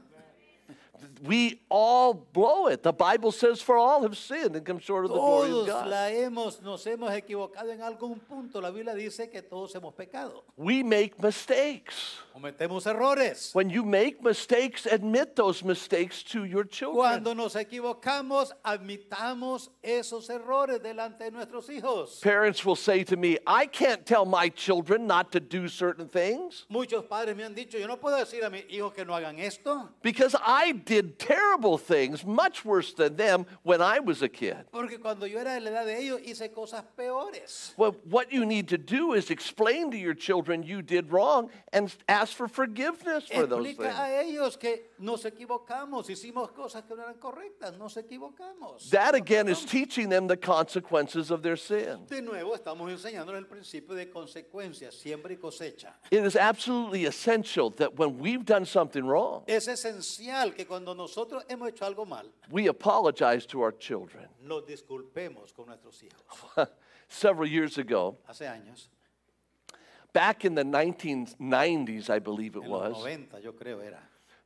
S2: We all blow it. The Bible says, for all have sinned and come short of the glory
S1: Todos
S2: of God.
S1: la hemos, nos hemos equivocado en algún punto. La Biblia dice que todos hemos pecado.
S2: We make mistakes.
S1: Cometemos errores.
S2: When you make mistakes, admit those mistakes to your children.
S1: Cuando nos equivocamos, admitamos esos errores delante de nuestros hijos.
S2: Parents will say to me, I can't tell my children not to do certain things
S1: Muchos padres me han dicho, yo no puedo decir a mis hijos que no hagan esto,
S2: because I did terrible things, much worse than them, when I was a kid.
S1: porque cuando yo era de la edad de ellos hice cosas peores.
S2: Well, what you need to do is explain to your children you did wrong and ask for forgiveness
S1: Eh,
S2: for those things.
S1: Explica a ellos que nos equivocamos, hicimos cosas que no eran correctas, nos equivocamos.
S2: That again is teaching them the consequences of their sin.
S1: De nuevo, estamos enseñándoles el principio de consecuencia, siembra y cosecha.
S2: It is absolutely essential that when we've done something wrong,
S1: Es esencial que cuando nosotros hemos hecho algo mal,
S2: we apologize to our children.
S1: nos disculpemos con nuestros hijos.
S2: Several years ago,
S1: Hace años,
S2: back in the 1990s, I believe it
S1: en los
S2: was,
S1: 90 yo creo era,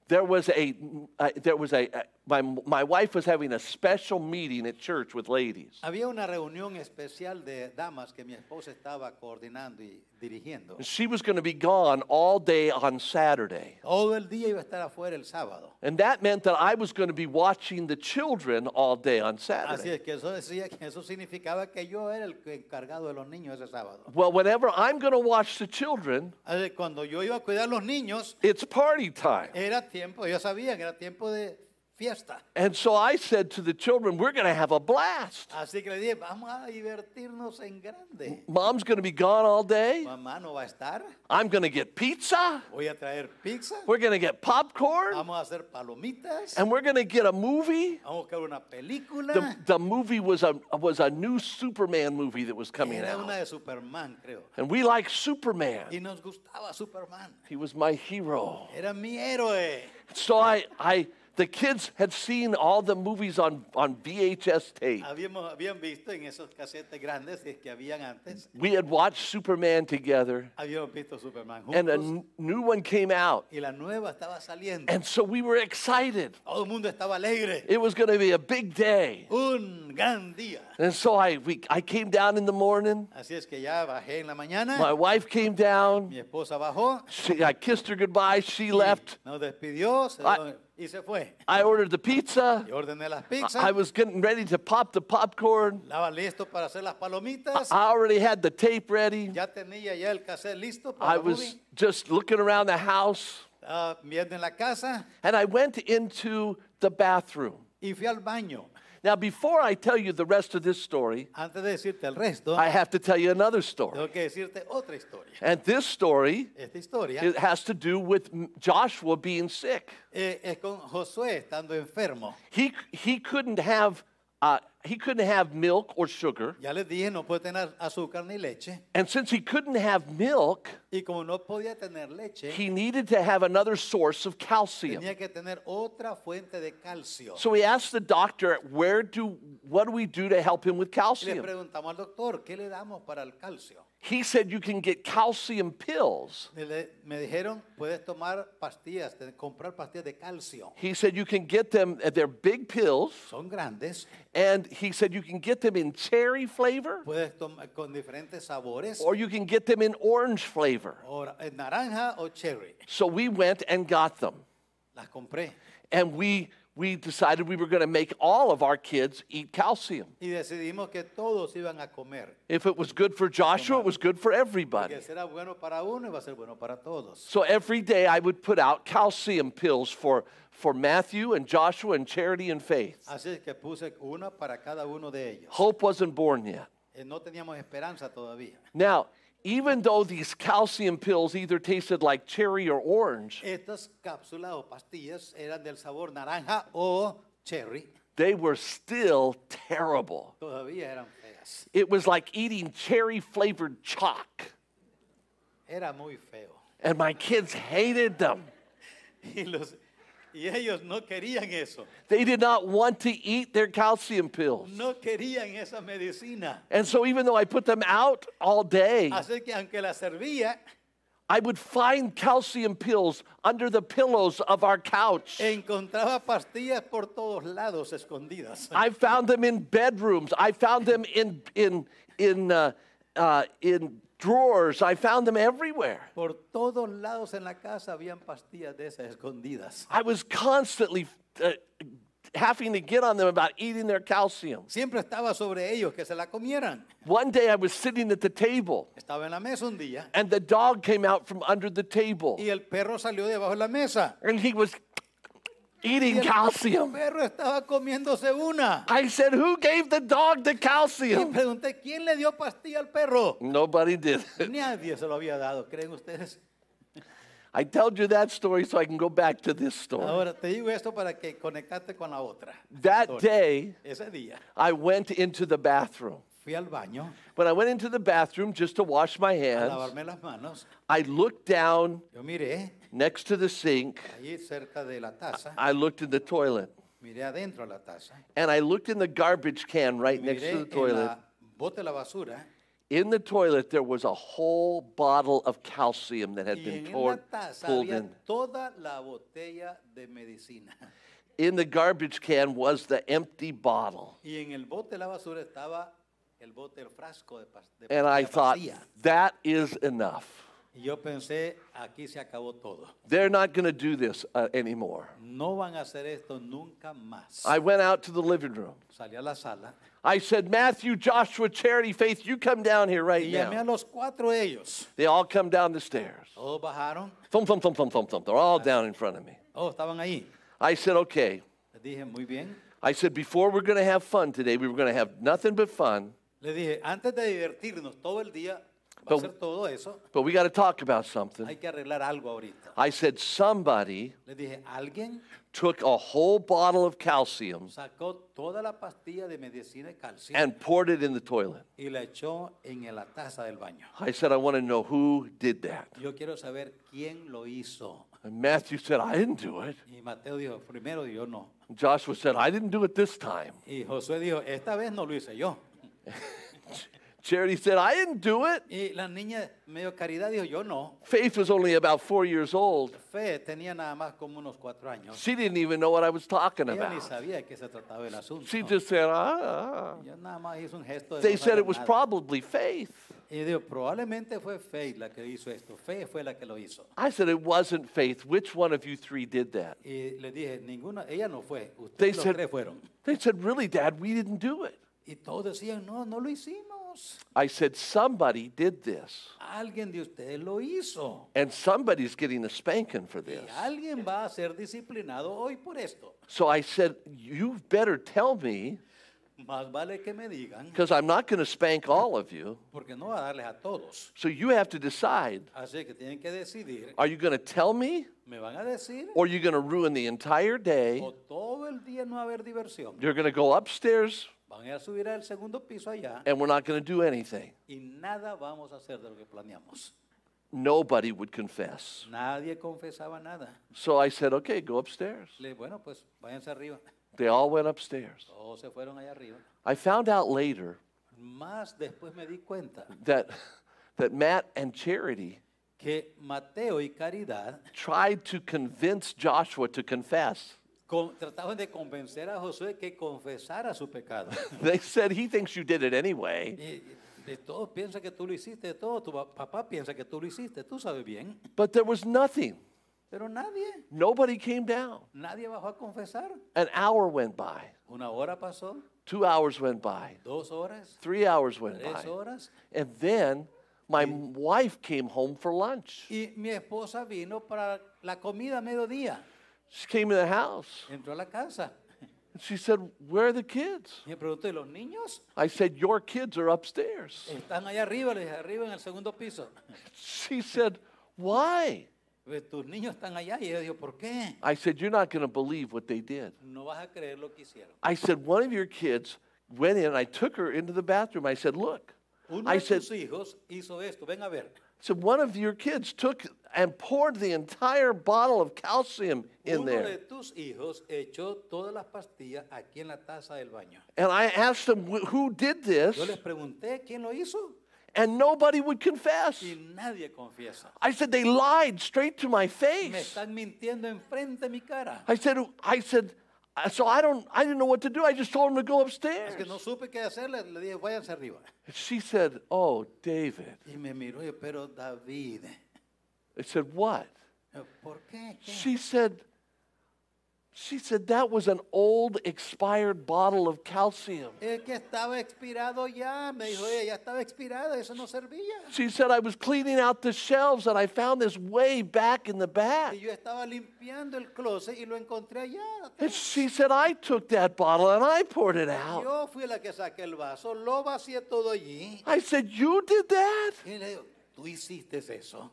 S2: there was a, uh, there was a, uh, my, my wife was having a special meeting at church with ladies.
S1: había una reunión especial de damas que mi esposa estaba coordinando y dirigiendo.
S2: She was going to be gone all day on Saturday.
S1: Todo el día iba a estar afuera el sábado.
S2: And that meant that I was going to be watching the children all day on
S1: Así
S2: Saturday.
S1: es que eso decía que eso significaba que yo era el que- encargado de los niños ese sábado.
S2: Well, whenever I'm going to watch the children,
S1: Así que cuando yo iba a cuidar a los niños,
S2: it's party time.
S1: era tiempo, ellos sabían, era tiempo de fiesta.
S2: And so I said to the children, we're going to have a blast.
S1: Así que le dije, vamos a divertirnos en grande.
S2: Mom's going to be gone all day.
S1: Mamá no va a estar.
S2: I'm going to get pizza.
S1: Voy a traer pizza.
S2: We're going to get popcorn.
S1: Vamos a hacer palomitas.
S2: And we're going to get a movie.
S1: Vamos a buscar una película.
S2: The, the movie was a, was a new Superman movie that was coming
S1: Era una
S2: out.
S1: de Superman, creo.
S2: And we like
S1: Y
S2: Superman.
S1: nos gustaba Superman.
S2: He was my hero.
S1: Era mi héroe.
S2: So I, I The kids had seen all the movies on, on VHS tape.
S1: Habíamos, habían visto en esos casetes grandes eh, que habían antes,
S2: We had watched Superman together,
S1: habíamos visto Superman
S2: and a
S1: juntos
S2: n- new one came out.
S1: y la nueva estaba saliendo.
S2: And so we were excited.
S1: Todo el mundo estaba alegre.
S2: It was going to be a big day.
S1: Un gran día.
S2: And so I, we, I came down in the morning.
S1: Así es que ya bajé en la
S2: My
S1: mañana,
S2: wife came down.
S1: mi esposa bajó,
S2: She, I kissed her goodbye. She
S1: y
S2: left.
S1: nos despidió se-
S2: Ah.
S1: y se fue.
S2: I ordered the pizza.
S1: Yo ordené las
S2: I-
S1: pizzas,
S2: I was getting ready to pop the popcorn.
S1: estaba listo para hacer las palomitas,
S2: I already had the tape ready.
S1: ya tenía ya el cassette listo para
S2: I
S1: la
S2: was
S1: movie.
S2: just looking around the house.
S1: Estaba viendo en la casa
S2: And I went into the bathroom.
S1: y fui al baño.
S2: Now, before I tell you the rest of this story,
S1: Antes de decirte el resto,
S2: I have to tell you another story.
S1: tengo que decirte otra historia.
S2: And this story
S1: Esta historia
S2: it has to do with M- Joshua being sick.
S1: eh, es con Josué estando enfermo.
S2: He, he couldn't have uh, he couldn't have milk or sugar,
S1: Ya les dije, no puede tener azúcar ni leche.
S2: and since he couldn't have milk,
S1: Y como no podía tener leche,
S2: he needed to have another source of calcium.
S1: tenía que tener otra fuente de calcio.
S2: So he asked the doctor, "Where do what do we do to help him
S1: Y le
S2: with calcium?"
S1: preguntamos al doctor, ¿qué le damos para el calcio?
S2: He said, "You can get calcium pills."
S1: Y le- me dijeron, puedes tomar pastillas, te- comprar pastillas de calcio.
S2: He said, "You can get them. uh, They're big pills."
S1: Son grandes,
S2: And he said you can get them in cherry flavor
S1: puedes tomar con diferentes sabores,
S2: or you can get them in orange flavor.
S1: o ra- eh, naranja o cherry.
S2: So we went and got them.
S1: Las compré.
S2: And we we decided we were going to make all of our kids eat calcium.
S1: Y decidimos que todos iban a comer.
S2: If it was good for Joshua, it was good for everybody.
S1: Que será bueno para uno y va a ser bueno para todos.
S2: So every day I would put out calcium pills for for Matthew and Joshua and Charity and Faith.
S1: Así es que puse una para cada uno de ellos.
S2: Hope wasn't born yet.
S1: Eh, No teníamos esperanza todavía.
S2: Now, even though these calcium pills either tasted like cherry or orange,
S1: Estas cápsulas o pastillas eran del sabor naranja o cherry.
S2: they were still terrible.
S1: Todavía eran feas.
S2: It was like eating cherry flavored chalk.
S1: Era muy feo.
S2: And my kids hated them.
S1: Y, los, y ellos no querían eso.
S2: They did not want to eat their calcium pills.
S1: No querían esa medicina.
S2: And so, even though I put them out all day,
S1: Así que aunque la servía,
S2: I would find calcium pills under the pillows of our couch.
S1: encontraba pastillas por todos lados escondidas.
S2: I found them in bedrooms. I found them in, in, in, uh, uh, in drawers. I found them everywhere.
S1: Por todos lados en la casa habían pastillas de esas escondidas.
S2: I was constantly uh, having to get on them about eating their calcium.
S1: Siempre estaba sobre ellos que se la comieran.
S2: One day I was sitting at the table
S1: Estaba en la mesa un día
S2: and the dog came out from under the table
S1: y el perro salió debajo de la mesa.
S2: and he was
S1: Y
S2: eating
S1: el
S2: calcium.
S1: perro estaba comiéndose una.
S2: I said, Who gave the dog the
S1: Y
S2: calcium?
S1: pregunté, ¿quién le dio pastilla al perro?
S2: Nobody did.
S1: Nadie se lo había dado, ¿creen ustedes?
S2: I told you that story so I can go back to this story.
S1: Ahora te digo esto para que conectaste con la otra.
S2: That
S1: historia.
S2: day,
S1: Ese día
S2: I went into the bathroom.
S1: fui al baño
S2: When I went into the bathroom just to wash my
S1: a
S2: hands,
S1: lavarme las manos.
S2: I looked down
S1: Yo miré
S2: next to the sink.
S1: allí cerca de la taza,
S2: I looked in the toilet
S1: miré adentro de la taza,
S2: and I looked in the garbage can right next
S1: miré
S2: to the
S1: en
S2: toilet.
S1: la bote de la basura
S2: In the toilet, there was a whole bottle of calcium that had
S1: y
S2: been
S1: en
S2: torn,
S1: la taza
S2: pulled
S1: había
S2: in.
S1: toda la botella de medicina.
S2: In the garbage can was the empty bottle.
S1: Y en el bote de la basura estaba el bote, el frasco de, pas- de
S2: And I
S1: pastilla
S2: thought,
S1: vacía.
S2: that is enough.
S1: Y yo pensé, aquí se acabó todo.
S2: They're not going to do this uh, anymore.
S1: No van a hacer esto nunca más.
S2: I went out to the living room.
S1: Salí a la sala
S2: I said, Matthew, Joshua, Charity, Faith, you come down here right
S1: y llamé a
S2: now.
S1: los cuatro de ellos.
S2: They all come down the stairs.
S1: Todos bajaron,
S2: Thump, thump, thump, thump, thump, thump. They're all down in front of me.
S1: todos estaban ahí.
S2: I said, okay.
S1: Les dije, muy bien.
S2: I said, before we're going to have fun today, we were going to have nothing but fun,
S1: Les dije, antes de divertirnos todo el día, va a
S2: Pero-
S1: ser todo eso,
S2: but we got to talk about something.
S1: hay que arreglar algo ahorita.
S2: I said, somebody
S1: Les dije, alguien
S2: took a whole bottle of calcium
S1: sacó toda la pastilla de medicina de calcio
S2: and poured it in the toilet.
S1: y la echó en la taza del baño.
S2: I said, I want to know who did that.
S1: Yo quiero saber quién lo hizo.
S2: And Matthew said, I didn't do it.
S1: Y Mateo dijo, primero yo no.
S2: And Joshua said, I didn't do it this time.
S1: Y Josué dijo, esta vez no lo hice yo.
S2: Charity said, I didn't do it.
S1: Y la niña medio caridad dijo, yo no.
S2: Faith was only about four years old.
S1: Fe tenía nada más como unos cuatro años.
S2: She didn't even know what I was talking
S1: Ella ni
S2: about.
S1: sabía de qué se trataba el asunto.
S2: She just said, ah.
S1: Yo nada más hice un gesto de
S2: They
S1: no
S2: said
S1: saber
S2: it was
S1: nada.
S2: probably faith.
S1: Y digo, probablemente fue Fe la que hizo esto. Fe fue la que lo hizo.
S2: I said, it wasn't faith. Which one of you three did that?
S1: Y le dije, ninguna, ella no fue.
S2: They
S1: Ustedes los
S2: said,
S1: tres fueron.
S2: they said, really, Dad, we didn't do it.
S1: Y todos decían, no, no lo hicimos.
S2: I said, somebody did this.
S1: Alguien de ustedes lo hizo.
S2: And somebody's getting a spanking for
S1: Y
S2: this.
S1: alguien va a ser disciplinado hoy por esto.
S2: So I said, you better tell me,
S1: Más vale que me digan,
S2: because I'm not going to spank all of you.
S1: porque no va a darles a todos.
S2: So you have to decide
S1: Así que tienen que decidir,
S2: are you going to tell me,
S1: me van a decir,
S2: or are you going to ruin the entire day?
S1: o todo el día no va a haber diversión.
S2: You're going to go upstairs,
S1: Van a subir al segundo piso allá
S2: and we're not going to do anything.
S1: y nada vamos a hacer de lo que planeamos.
S2: Nobody would confess.
S1: Nadie confesaba nada.
S2: So I said, okay, go upstairs.
S1: Le bueno, pues váyanse arriba.
S2: They all went upstairs.
S1: Todos se fueron allá arriba.
S2: I found out later
S1: Más después me di cuenta
S2: that, that Matt and Charity
S1: que Mateo y Caridad
S2: tried to convince Joshua to confess.
S1: con- trataban de convencer a Josué que confesara su pecado.
S2: They said, he thinks you did it anyway.
S1: Y, y- y todos piensan que tú lo hiciste, todo tu pa- papá piensa que tú lo hiciste, tú sabes bien.
S2: But there was nothing.
S1: Pero nadie,
S2: Nobody came down.
S1: nadie bajó a confesar.
S2: An hour went by,
S1: Una hora pasó,
S2: two hours went by,
S1: dos horas,
S2: three hours went by.
S1: tres horas.
S2: And then my m- wife came home for lunch.
S1: Y mi esposa vino para la comida a mediodía.
S2: She came in the house
S1: Entró a la casa.
S2: and she said, Where are the kids?
S1: Y me preguntó, ¿y los niños?
S2: I said, Your kids are upstairs.
S1: Están allá arriba, les dije, arriba en el segundo piso.
S2: She said, Why?
S1: Pues, Tus niños están allá. Y ella dijo, ¿por qué?
S2: I said, You're not going to believe what they did.
S1: No vas a creer lo que hicieron.
S2: I said, One of your kids went in. I took her into the bathroom. I said, Look.
S1: Uno
S2: I
S1: de
S2: said,
S1: tus hijos hizo esto, ven a ver.
S2: So one of your kids took and poured the entire bottle of calcium in
S1: Uno
S2: there.
S1: de tus hijos echó todas las pastillas aquí en la taza del baño.
S2: And I asked them "Wh- who did this,
S1: Yo les pregunté quién lo hizo
S2: and nobody would confess.
S1: y nadie confiesa.
S2: I said they lied straight to my
S1: Me
S2: face.
S1: están mintiendo enfrente de mi cara.
S2: I said, I said, "Uh, so I don't, I didn't know what to do. I just told them to go
S1: Es
S2: upstairs.
S1: que no supe qué hacerle, le dije, váyanse arriba.
S2: She said, oh, David.
S1: Y me miró y yo, pero David,
S2: I said, what?
S1: ¿por qué? ¿Qué?
S2: She said, she said that was an old expired bottle of calcium.
S1: El que estaba expirado ya, me dijo ella, ya estaba expirada, eso no servía.
S2: She said, I was cleaning out the shelves and I found this way back in the back.
S1: Y yo estaba limpiando el closet y lo encontré allá.
S2: And she said, I took that bottle and I poured it out.
S1: Yo fui la que saqué el vaso, lo vacié todo allí.
S2: I said, You did that?
S1: Y le digo, tú hiciste eso.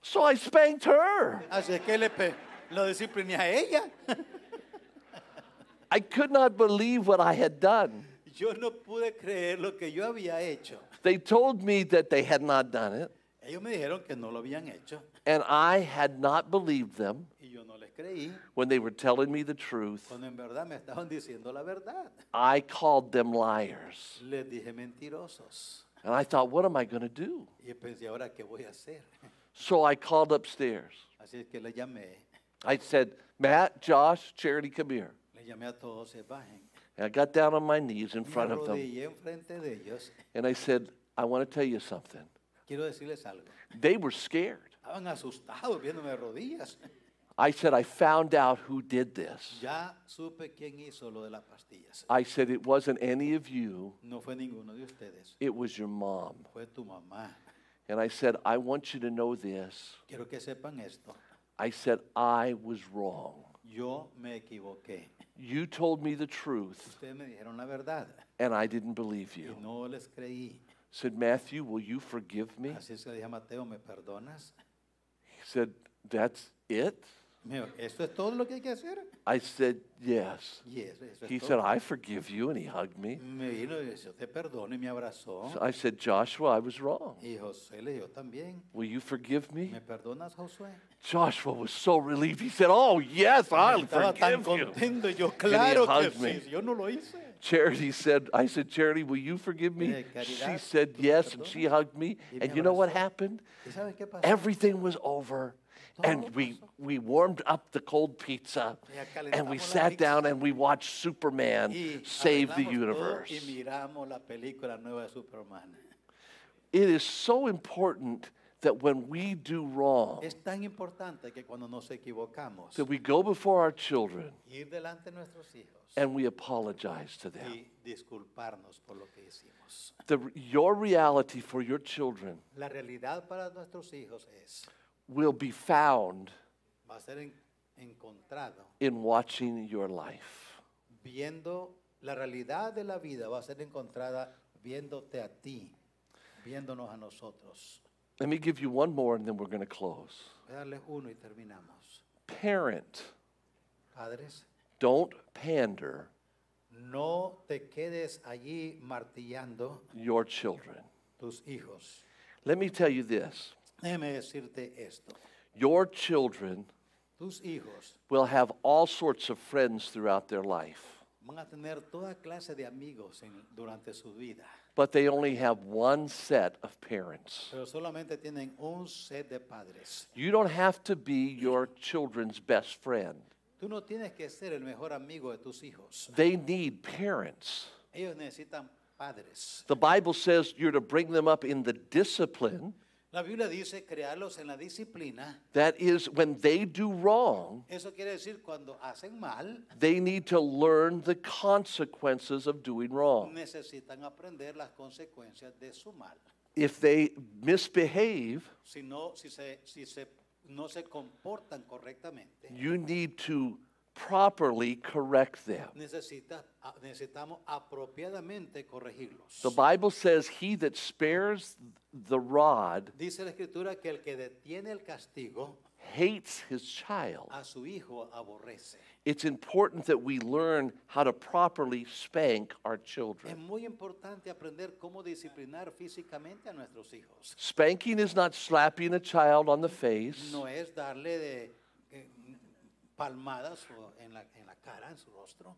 S2: So I spanked her.
S1: Así que le pe- lo discipliné a ella.
S2: I could not believe what I had done.
S1: Yo no pude creer lo que yo había hecho.
S2: They told me that they had not done it,
S1: Ellos me dijeron que no lo habían hecho
S2: and I had not believed them
S1: y yo no les creí
S2: when they were telling me the truth.
S1: cuando en verdad me estaban diciendo la verdad.
S2: I called them liars.
S1: Les dije mentirosos.
S2: And I thought, What am I going to do?
S1: Y pensé, ahora, ¿qué voy a hacer?
S2: So I called upstairs.
S1: Así es que le llamé,
S2: I said, Matt, Josh, Charity, come here.
S1: le llamé a todos, se bajen.
S2: And I got down on my knees in
S1: Me
S2: front of them
S1: arrodillé enfrente de ellos.
S2: and I said, I want to tell you something.
S1: Quiero decirles algo.
S2: They were scared.
S1: Estaban asustados viéndome de rodillas.
S2: I said, I found out who did this.
S1: Ya supe quién hizo lo de las pastillas.
S2: I said, it wasn't any of you,
S1: No fue ninguno de ustedes,
S2: it was your mom.
S1: fue tu mamá.
S2: And I said, I want you to know this.
S1: Quiero que sepan esto.
S2: I said, I was wrong.
S1: Yo me equivoqué.
S2: You told me the truth
S1: Ustedes me dijeron la verdad
S2: and I didn't believe
S1: y
S2: you.
S1: no les creí.
S2: said, Matthew, will you forgive me?
S1: Así es que le dije a Mateo, ¿me perdonas?
S2: He said, That's it?
S1: Mío, ¿Eso es todo lo que hay que hacer?
S2: I said, Yes.
S1: Y eso, eso
S2: He
S1: es
S2: said,
S1: todo.
S2: I forgive you. And he hugged me.
S1: Me vino y dice, te perdono y me abrazó.
S2: So I said, Joshua, I was wrong.
S1: Y José le dijo también,
S2: Will you forgive me?
S1: ¿me perdonas, Josué?
S2: Joshua was so relieved. He said, Oh, yes, I'll
S1: Estaba tan
S2: forgive you.
S1: contento y yo, claro que
S2: hugged me.
S1: sí, yo no lo hice.
S2: Charity said, I said, Charity, will you forgive me?
S1: Eh, caridad,
S2: She said,
S1: tú me
S2: Yes. And
S1: perdonas?
S2: she hugged me.
S1: Y me
S2: And you know what
S1: abrazó.
S2: happened?
S1: ¿Y sabes qué pasó?
S2: Everything was over. And
S1: Todo
S2: we, we warmed up the cold pizza.
S1: Ya
S2: And we
S1: calentamos la
S2: sat
S1: pizza.
S2: down and we watched Superman
S1: Y
S2: save
S1: arreglamos
S2: the
S1: todo
S2: universe.
S1: Y miramos la película nueva de Superman.
S2: It is so important that when we do wrong,
S1: Es tan importante que cuando nos equivocamos,
S2: that we go before our children
S1: ir delante de nuestros hijos
S2: and we apologize to them.
S1: y disculparnos por lo que hicimos.
S2: The, your reality for your children
S1: La realidad para nuestros hijos es,
S2: will be found
S1: va a ser en- encontrado
S2: in watching your life.
S1: viendo la realidad de la vida, va a ser encontrada viéndote a ti, viéndonos a nosotros.
S2: Let me give you one more and then we're going to close.
S1: Voy a darles uno y terminamos.
S2: Parent,
S1: Padres,
S2: don't pander
S1: no te quedes allí martillando
S2: your children.
S1: tus hijos.
S2: Let me tell you this
S1: Déjeme decirte esto.
S2: your children
S1: Tus hijos
S2: will have all sorts of friends throughout their life,
S1: van a tener toda clase de amigos en- durante su vida,
S2: but they only have one set of parents.
S1: pero solamente tienen un set de padres.
S2: You don't have to be your children's best friend.
S1: Tú no tienes que ser el mejor amigo de tus hijos.
S2: They need parents.
S1: Ellos necesitan padres.
S2: The Bible says you're to bring them up in the discipline.
S1: La Biblia dice crearlos en la disciplina.
S2: That is, when they do wrong,
S1: Eso quiere decir cuando hacen mal,
S2: they need to learn the consequences of doing wrong.
S1: necesitan aprender las consecuencias de su mal.
S2: If they misbehave,
S1: Si no, si se, si se, no se comportan correctamente,
S2: you need to properly correct them.
S1: necesita, a- necesitamos apropiadamente corregirlos.
S2: The Bible says, He that spares the rod
S1: Dice la escritura que el que detiene el castigo
S2: hates his child.
S1: a su hijo aborrece.
S2: It's important that we learn how to properly spank our
S1: Es
S2: children.
S1: muy importante aprender cómo disciplinar físicamente a nuestros hijos.
S2: Spanking is not slapping a child on the face.
S1: No es darle de eh, palmadas o en la, en la cara, en su rostro.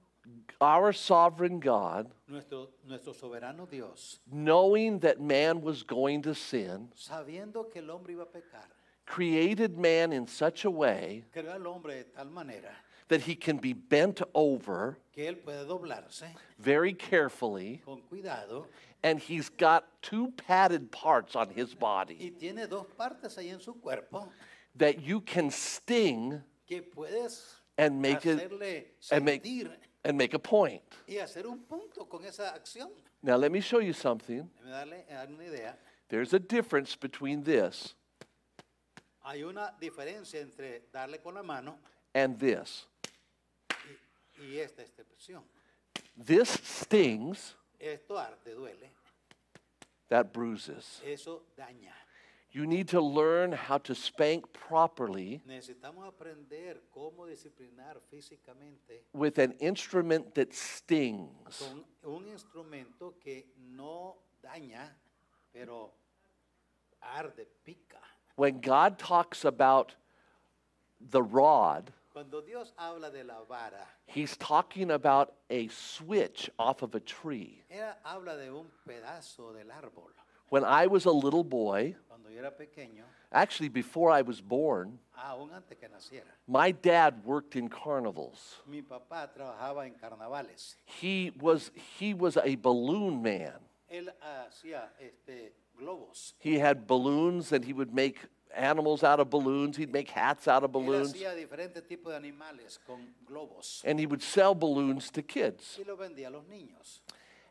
S2: Our sovereign God,
S1: Nuestro, nuestro soberano Dios,
S2: knowing that man was going to sin,
S1: sabiendo que el hombre iba a pecar,
S2: created man in such a way
S1: creó al hombre de tal manera
S2: that he can be bent over
S1: que él puede doblarse
S2: very carefully,
S1: con cuidado
S2: and he's got two padded parts on his body
S1: y tiene dos partes ahí en su cuerpo
S2: that you can sting
S1: que puedes
S2: And make it-
S1: hacerle
S2: and make-
S1: sentir
S2: and make a point.
S1: y hacer un punto con esa acción.
S2: Now, let me show you something.
S1: Déjame darle darle una idea.
S2: There's a difference between this
S1: Hay una diferencia entre darle con la mano
S2: and this.
S1: y, y esta expresión.
S2: This stings,
S1: Esto arte duele,
S2: that bruises.
S1: eso daña.
S2: You need to learn how to spank properly
S1: Necesitamos aprender cómo disciplinar físicamente
S2: with an instrument that stings.
S1: con un instrumento que no daña, pero arde, pica.
S2: When God talks about the rod,
S1: Cuando Dios habla de la vara,
S2: he's talking about a switch off of a tree.
S1: Él habla de un pedazo del árbol.
S2: When I was a little boy,
S1: Cuando yo era pequeño,
S2: actually before I was born,
S1: aún antes que naciera,
S2: my dad worked in carnivals.
S1: mi papá trabajaba en carnavales.
S2: He was he was a balloon man.
S1: Él hacía este, globos.
S2: He had balloons and he would make animals out of balloons. He'd make hats out of
S1: Él
S2: balloons.
S1: hacía diferentes tipos de animales con globos
S2: And he would sell balloons to kids.
S1: y los vendía a los niños.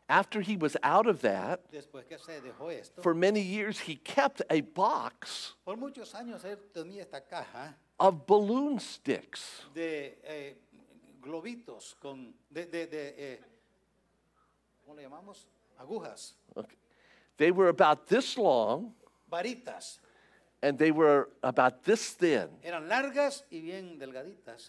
S2: After he was out of that,
S1: Después que se dejó esto,
S2: for many years, he kept a box
S1: por muchos años él tenía esta caja
S2: of balloon sticks.
S1: de eh, globitos con, de, de- de, eh, ¿cómo le llamamos? Agujas,
S2: Okay. They were about this long
S1: varitas
S2: and they were about this thin.
S1: Eran largas y bien delgaditas.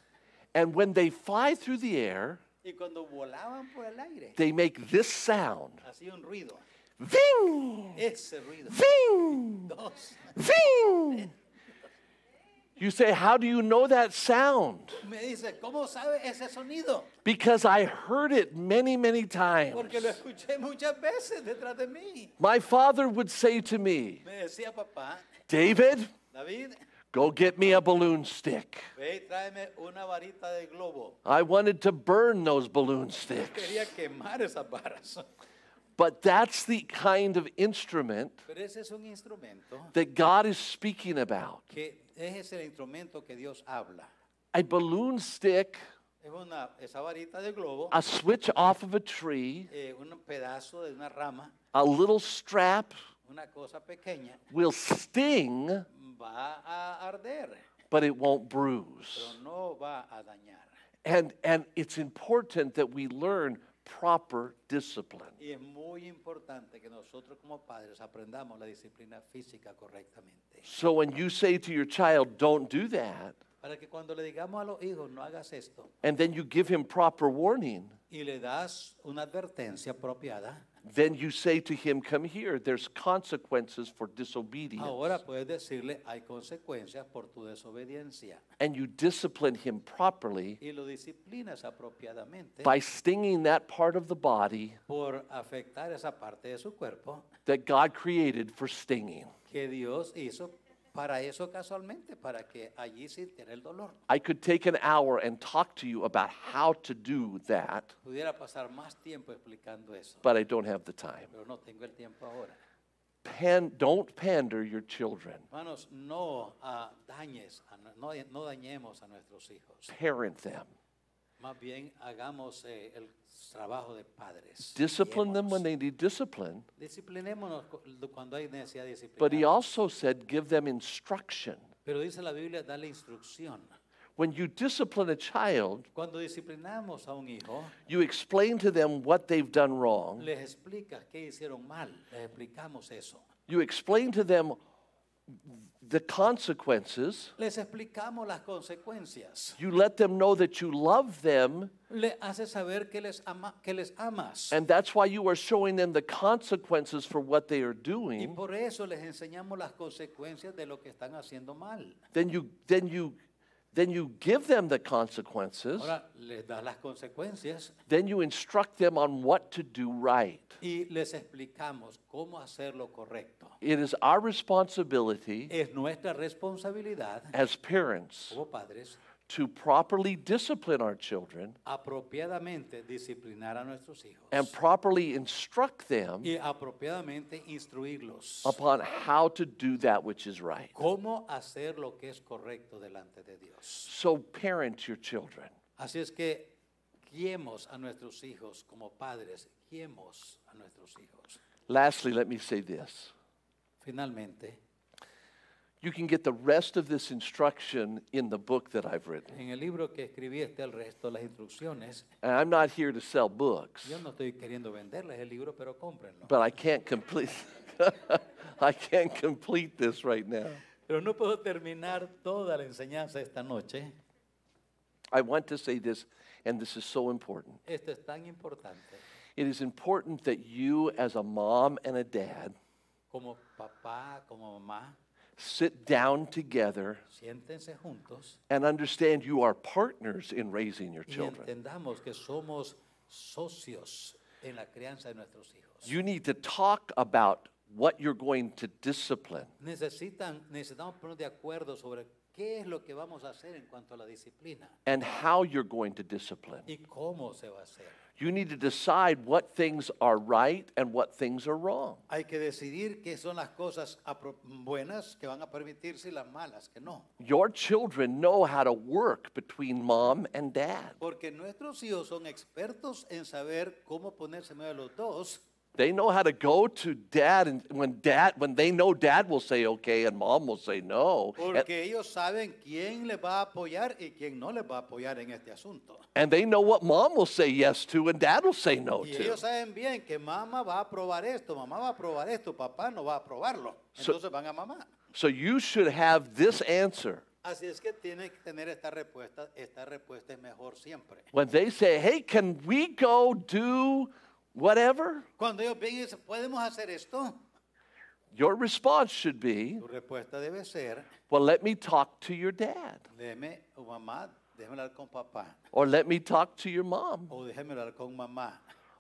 S2: And when they fly through the air,
S1: Y cuando volaban por el aire,
S2: they make this sound.
S1: hacía un ruido.
S2: Ving!
S1: Ese ruido.
S2: Ving!
S1: Dos.
S2: Ving! You say, How do you know that sound?
S1: Me dice, ¿cómo sabe ese sonido?
S2: Because I heard it many, many times.
S1: Porque lo escuché muchas veces detrás de mí.
S2: My father would say to me,
S1: Me decía papá,
S2: David,
S1: David,
S2: go get me a balloon stick.
S1: ve y tráeme una varita de globo.
S2: I wanted to burn those balloon sticks.
S1: Quería quemar esas barras.
S2: But that's the kind of instrument
S1: Pero ese es un instrumento
S2: that God is speaking about.
S1: que es el instrumento que Dios habla.
S2: A balloon stick,
S1: Es una, esa varita de globo,
S2: a switch off of a tree,
S1: eh, un pedazo de una rama,
S2: a little strap
S1: una cosa pequeña,
S2: will sting,
S1: va a arder,
S2: but it won't
S1: pero
S2: bruise.
S1: no va a dañar.
S2: And, and it's important that we learn proper discipline.
S1: Y es muy importante que nosotros como padres aprendamos la disciplina física correctamente.
S2: So when you say to your child, don't do that,
S1: Para que cuando le digamos a los hijos, no hagas esto,
S2: and then you give him proper warning,
S1: y le das una advertencia apropiada,
S2: then you say to him, come here, there's consequences for disobedience.
S1: ahora puedes decirle, hay consecuencias por tu desobediencia.
S2: And you discipline him properly
S1: Y lo disciplinas apropiadamente
S2: by stinging that part of the body
S1: por afectar esa parte de su cuerpo
S2: that God created for stinging.
S1: que Dios hizo para eso casualmente, para que allí sintiera el dolor.
S2: I could take an hour and talk to you about how to do that,
S1: Pudiera pasar más tiempo explicando eso,
S2: but I don't have the time.
S1: pero no tengo el tiempo ahora.
S2: Pan, don't pander your children,
S1: Hermanos, no ah, dañes, a nu- no, no dañemos a nuestros hijos.
S2: parent them,
S1: Más bien hagamos eh, el trabajo de padres.
S2: discipline them when
S1: Guiémonos.
S2: they need discipline.
S1: Disciplinémonos cu- cuando hay necesidad de disciplina.
S2: But he also said, give them instruction.
S1: Pero dice la Biblia, dale instrucción.
S2: When you discipline a child,
S1: Cuando disciplinamos a un hijo,
S2: you explain to them what they've done wrong.
S1: les explicas qué hicieron mal, les explicamos eso.
S2: You explain to them the consequences.
S1: Les explicamos las consecuencias.
S2: You let them know that you love them,
S1: Le haces saber que les, ama- que les amas.
S2: and that's why you are showing them the consequences for what they are
S1: Y
S2: doing.
S1: por eso les enseñamos las consecuencias de lo que están haciendo mal.
S2: Then you, then you, then you give them the consequences.
S1: Ahora les das las consecuencias
S2: Then you instruct them on what to do right.
S1: y les explicamos cómo hacer lo correcto.
S2: It is our responsibility
S1: Es nuestra responsabilidad
S2: as parents
S1: como padres
S2: to properly discipline our children
S1: apropiadamente disciplinar a nuestros hijos
S2: and properly instruct them
S1: y apropiadamente instruirlos
S2: upon how to do that which is right.
S1: cómo hacer lo que es correcto delante de Dios.
S2: So parent your children.
S1: Así es que guiemos a nuestros hijos como padres, guiemos a nuestros hijos.
S2: Lastly, let me say this.
S1: Finalmente,
S2: You can get the rest of this instruction in the book that I've written.
S1: en el libro que escribí este el resto de las instrucciones,
S2: And I'm not here to sell books,
S1: yo no estoy queriendo venderles el libro, pero cómprenlo.
S2: but I can't complete I can't complete this right now.
S1: Pero no puedo terminar toda la enseñanza esta noche.
S2: I want to say this and this is so important.
S1: Esto es tan importante.
S2: It is important that you as a mom and a dad
S1: Como papá, como mamá,
S2: sit down together
S1: siéntense juntos
S2: and understand you are partners in raising your
S1: y
S2: children.
S1: entendamos que somos socios en la crianza de nuestros hijos.
S2: You need to talk about what you're going to discipline.
S1: Necesitan, necesitamos poner de acuerdo sobre qué es lo que vamos a hacer en cuanto a la disciplina
S2: and how you're going to discipline.
S1: y cómo se va a hacer.
S2: You need to decide what things are right and what things are wrong.
S1: Hay que decidir qué son las cosas apro- buenas que van a permitirse y las malas que no.
S2: Your children know how to work between mom and dad.
S1: Porque nuestros hijos son expertos en saber cómo ponerse en medio de los dos
S2: They know how to go to dad and when dad when they know dad will say okay and mom will say no. And,
S1: Porque ellos saben quién les va a apoyar y quién no les va a apoyar en este asunto.
S2: and they know what mom will say yes to and dad will say no
S1: Y
S2: to.
S1: ellos saben bien que mamá va a aprobar esto, mamá va a aprobar esto, papá no va a aprobarlo.
S2: So-
S1: Entonces van a mamá.
S2: So you should have this answer.
S1: Así es que tiene que tener esta respuesta. Esta respuesta es mejor siempre.
S2: When they say, hey, can we go do whatever?
S1: Cuando ellos vienen y dicen, ¿podemos hacer esto?
S2: Your response should be,
S1: Tu respuesta debe ser,
S2: well, let me talk to your dad,
S1: déjeme, o mamá, déjeme hablar con papá,
S2: or let me talk to your mom,
S1: o déjeme hablar con mamá.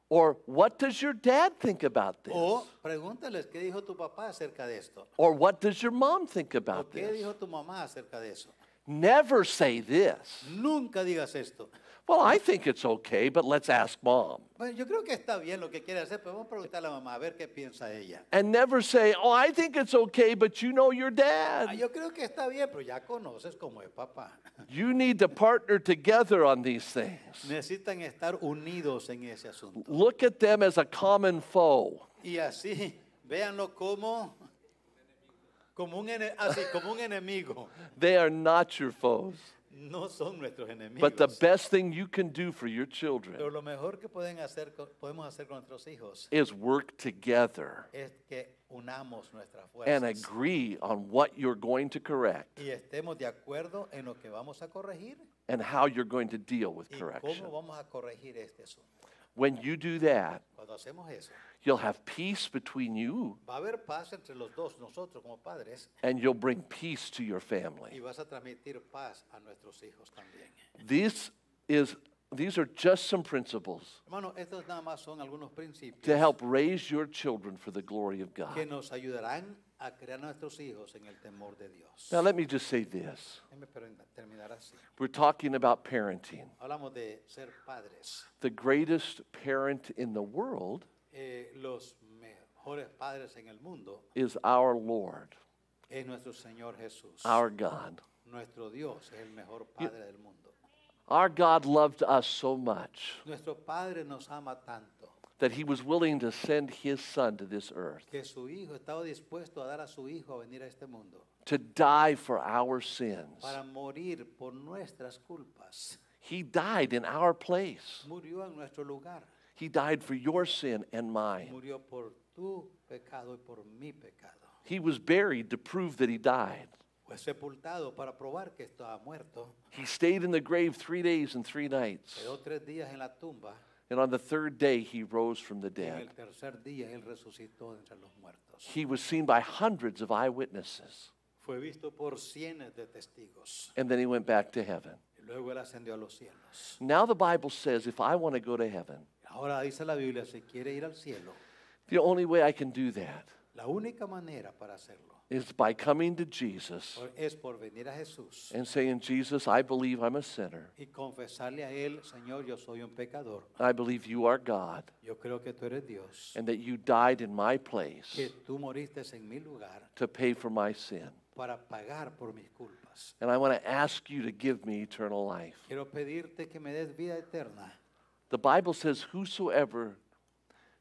S2: or what does your dad think about this?
S1: O pregúntales, ¿qué dijo tu papá acerca de esto?
S2: Or what does your mom think
S1: ¿O
S2: about
S1: qué
S2: this?
S1: dijo tu mamá acerca de eso?
S2: Never say this.
S1: Nunca digas esto.
S2: Well, I think it's okay, but let's ask mom.
S1: Bueno, yo creo que está bien lo que quiere hacer, pero vamos a preguntarle a la mamá a ver qué piensa ella.
S2: And never say, oh, I think it's okay, but you know your
S1: Ah,
S2: dad.
S1: yo creo que está bien, pero ya conoces cómo es papá.
S2: You need to partner together on these things.
S1: Necesitan estar unidos en ese asunto.
S2: Look at them as a common foe.
S1: Y así, véanlo como, como, un, ene- así, como un enemigo.
S2: They are not your foes.
S1: No son nuestros enemigos.
S2: But the best thing you can do for your
S1: Pero
S2: children
S1: lo mejor que pueden hacer, co- podemos hacer con nuestros hijos
S2: is work together
S1: es que unamos nuestras
S2: and
S1: fuerzas
S2: agree on what you're going to correct
S1: y estemos de acuerdo en lo que vamos a corregir
S2: and how you're going to deal with
S1: y
S2: correction.
S1: cómo vamos a corregir este asunto.
S2: When you do that,
S1: Cuando hacemos eso,
S2: you'll have peace between you
S1: va a haber paz entre los dos, nosotros como padres,
S2: and you'll bring peace to your
S1: y
S2: family.
S1: vas a transmitir paz a nuestros hijos también.
S2: This is, these are just some principles
S1: Hermano, estos nada más son algunos principios
S2: to help raise your children for the glory of
S1: que
S2: God.
S1: nos ayudarán a crear a nuestros hijos en el temor de Dios.
S2: Now, let me just say this
S1: Déjeme per- terminar así.
S2: we're talking about parenting.
S1: Hablamos de ser padres.
S2: The greatest parent in the world
S1: Eh, los mejores padres en el mundo
S2: is our Lord,
S1: es nuestro Señor Jesús.
S2: our God.
S1: Nuestro Dios es el mejor padre del mundo.
S2: Our God loved us so much
S1: Nuestro Padre nos ama tanto
S2: that he was willing to send his son to this earth
S1: que su Hijo estaba dispuesto a dar a su Hijo a venir a este mundo
S2: to die for our sins.
S1: para morir por nuestras culpas.
S2: He died in our place.
S1: Murió en nuestro lugar.
S2: He died for your sin and mine.
S1: Murió por tu pecado y por mi pecado.
S2: He was buried to prove that he died.
S1: Fue sepultado para probar que estaba muerto.
S2: He stayed in the grave three days and three nights.
S1: Quedó tres días en la tumba.
S2: And on the third day, he rose from the
S1: y En
S2: dead.
S1: el tercer día Él resucitó de entre los muertos.
S2: He was seen by hundreds of eyewitnesses.
S1: Fue visto por cientos de testigos.
S2: And then he went back to heaven.
S1: y Luego Él ascendió a los cielos.
S2: Now the Bible says if I want to go to heaven,
S1: Ahora dice la Biblia, si quiere ir al cielo,
S2: the only way I can do that
S1: la única manera para hacerlo
S2: is by coming to Jesus
S1: por- es por venir a Jesús
S2: and saying, Jesus, I believe I'm a sinner.
S1: y confesarle a Él, Señor, yo soy un pecador.
S2: I believe you are God
S1: Yo creo que tú eres Dios.
S2: and that you died in my place
S1: Que tú moriste en mi lugar
S2: to pay for my sin.
S1: para pagar por mis culpas.
S2: And I want to ask you to give me eternal life.
S1: Quiero pedirte que me des vida eterna.
S2: The Bible says, Whosoever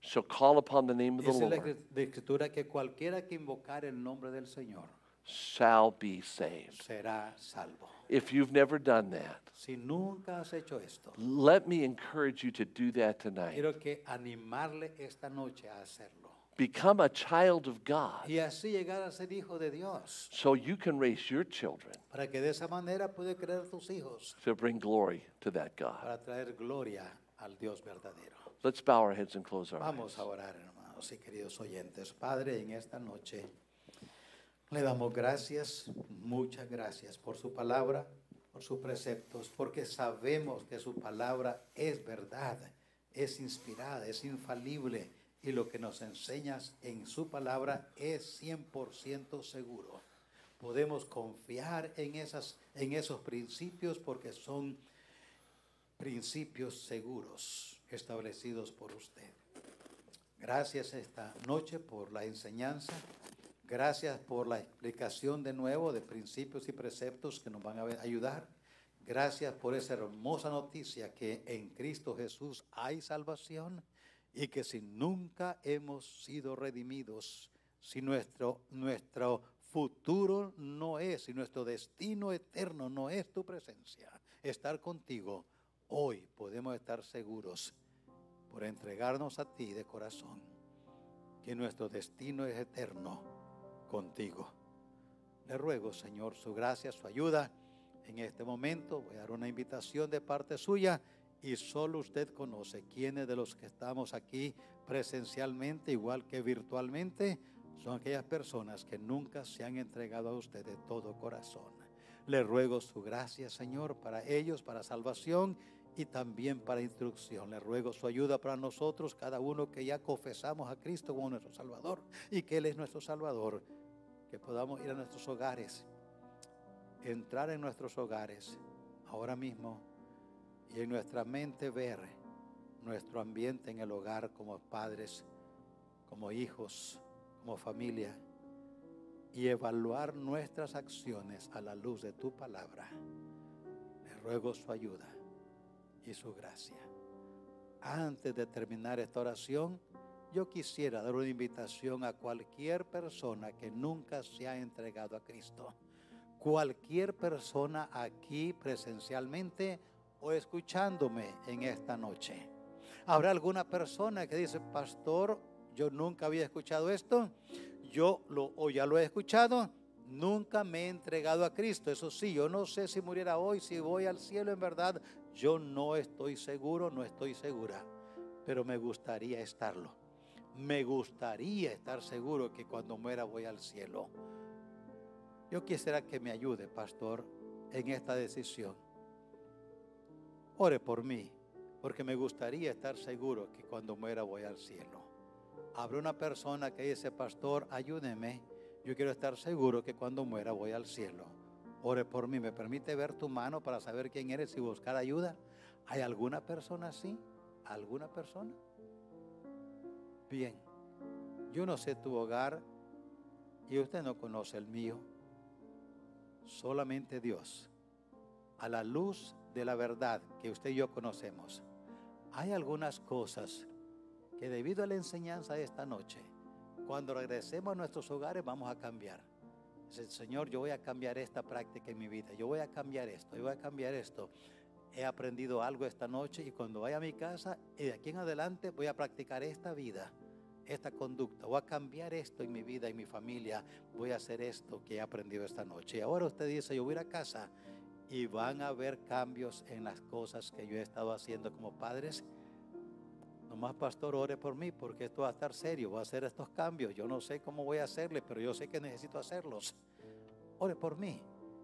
S2: shall call upon the name of the
S1: Dice la
S2: Lord
S1: escri- de escritura que cualquiera que invocar el nombre del Señor
S2: shall be saved.
S1: será salvo.
S2: If you've never done that,
S1: Si nunca has hecho esto,
S2: let me encourage you to do that tonight.
S1: quiero que animarle esta noche a hacerlo.
S2: Become a child of God
S1: Y así llegar a ser hijo de Dios.
S2: so you can raise your children
S1: Para que de esa manera puede creer tus hijos.
S2: to bring glory to that God.
S1: Para traer gloria al Dios verdadero.
S2: Let's bow our heads and close our eyes.
S1: Vamos a orar, hermanos y queridos oyentes. Padre, en esta noche le damos gracias, muchas gracias por su palabra, por sus preceptos, porque sabemos que su palabra es verdad, es inspirada, es infalible y lo que nos enseñas en su palabra es 100% seguro. Podemos confiar en, esas, en esos principios porque son principios seguros establecidos por usted. Gracias esta noche por la enseñanza. Gracias por la explicación de nuevo de principios y preceptos que nos van a ve- ayudar. Gracias por esa hermosa noticia que en Cristo Jesús hay salvación y que si nunca hemos sido redimidos, si nuestro, nuestro futuro no es, si nuestro destino eterno no es tu presencia, estar contigo, hoy podemos estar seguros por entregarnos a ti de corazón, que nuestro destino es eterno contigo. Le ruego, Señor, su gracia, su ayuda. En este momento voy a dar una invitación de parte suya y solo usted conoce quiénes de los que estamos aquí presencialmente, igual que virtualmente, son aquellas personas que nunca se han entregado a usted de todo corazón. Le ruego su gracia, Señor, para ellos, para salvación y también para instrucción. Le ruego su ayuda para nosotros, cada uno que ya confesamos a Cristo como nuestro Salvador y que Él es nuestro Salvador, que podamos ir a nuestros hogares, entrar en nuestros hogares ahora mismo y en nuestra mente ver nuestro ambiente en el hogar como padres, como hijos, como familia y evaluar nuestras acciones a la luz de tu palabra. Le ruego su ayuda y su gracia. Antes de terminar esta oración, yo quisiera dar una invitación a cualquier persona que nunca se ha entregado a Cristo. Cualquier persona aquí presencialmente o escuchándome en esta noche. Habrá alguna persona que dice, pastor, yo nunca había escuchado esto, yo lo, o ya lo he escuchado, nunca me he entregado a Cristo. Eso sí, yo no sé si muriera hoy, si voy al cielo en verdad, yo no estoy seguro, no estoy segura, pero me gustaría estarlo. Me gustaría estar seguro que cuando muera voy al cielo. Yo quisiera que me ayude, pastor, en esta decisión. Ore por mí, porque me gustaría estar seguro que cuando muera voy al cielo. Habrá una persona que dice, pastor, ayúdeme. Yo quiero estar seguro que cuando muera voy al cielo. Ore por mí. ¿Me permite ver tu mano para saber quién eres y buscar ayuda? ¿Hay alguna persona así? ¿Alguna persona? Bien. Yo no sé tu hogar y usted no conoce el mío. Solamente Dios. A la luz de la verdad que usted y yo conocemos. Hay algunas cosas que debido a la enseñanza de esta noche cuando regresemos a nuestros hogares vamos a cambiar. Dice, Señor, yo voy a cambiar esta práctica en mi vida, yo voy a cambiar esto, yo voy a cambiar esto. He aprendido algo esta noche y cuando vaya a mi casa y de aquí en adelante voy a practicar esta vida, esta conducta, voy a cambiar esto en mi vida, en mi familia, voy a hacer esto que he aprendido esta noche. Y ahora usted dice, yo voy a ir a casa y van a haber cambios en las cosas que yo he estado haciendo como padres. Nomás, pastor, ore por mí porque esto va a estar serio. Voy a hacer estos cambios. Yo no sé cómo voy a hacerles, pero yo sé que necesito hacerlos. Ore por mí.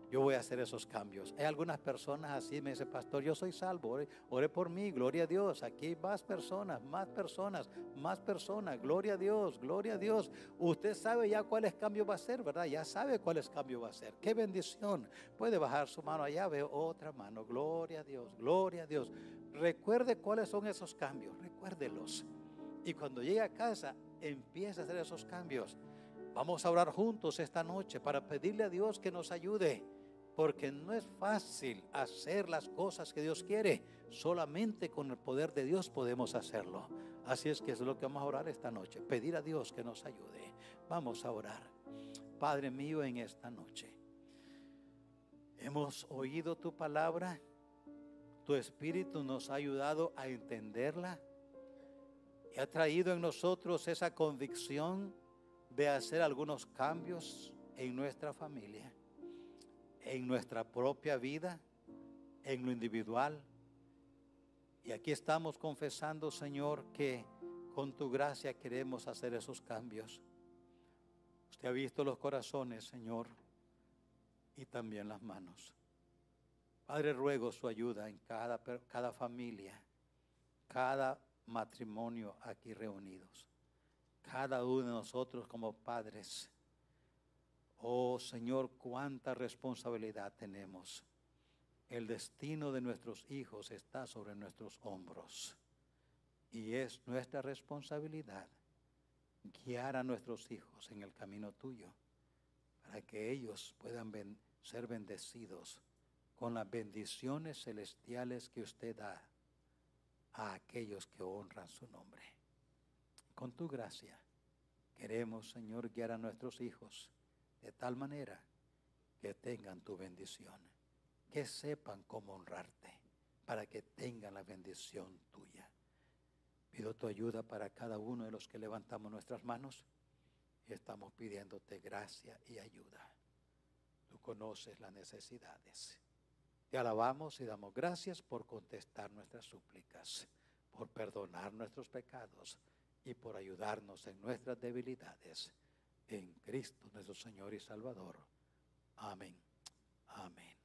S1: Yo voy a hacer esos cambios. Hay algunas personas así, me dice, pastor, yo soy salvo. Ore, ore por mí, gloria a Dios. Aquí hay más personas, más personas, más personas. Gloria a Dios, gloria a Dios. Usted sabe ya cuáles cambios va a hacer, ¿verdad? Ya sabe cuáles cambios va a hacer. Qué bendición. Puede bajar su mano allá, veo otra mano. Gloria a Dios, gloria a Dios recuerde cuáles son esos cambios, recuérdelos. Y cuando llegue a casa, empiece a hacer esos cambios. Vamos a orar juntos esta noche para pedirle a Dios que nos ayude, porque no es fácil hacer las cosas que Dios quiere, solamente con el poder de Dios podemos hacerlo. Así es que es lo que vamos a orar esta noche, pedir a Dios que nos ayude. Vamos a orar. Padre mío, en esta noche hemos oído tu palabra. Tu Espíritu nos ha ayudado a entenderla y ha traído en nosotros esa convicción de hacer algunos cambios en nuestra familia, en nuestra propia vida, en lo individual. Y aquí estamos confesando, Señor, que con tu gracia queremos hacer esos cambios. Usted ha visto los corazones, Señor, y también las manos. Padre, ruego su ayuda en cada, cada, familia, cada matrimonio aquí reunidos, cada uno de nosotros como padres. Oh Señor, cuánta responsabilidad tenemos. El destino de nuestros hijos está sobre nuestros hombros y es nuestra responsabilidad guiar a nuestros hijos en el camino tuyo para que ellos puedan ben, ser bendecidos con las bendiciones celestiales que usted da a aquellos que honran su nombre. Con tu gracia queremos, Señor, guiar a nuestros hijos de tal manera que tengan tu bendición, que sepan cómo honrarte, para que tengan la bendición tuya. Pido tu ayuda para cada uno de los que levantamos nuestras manos y estamos pidiéndote gracia y ayuda. conoces las necesidades. Te alabamos y damos gracias por contestar nuestras súplicas, por perdonar nuestros pecados y por ayudarnos en nuestras debilidades. En Cristo nuestro Señor y Salvador. Amén. Amén.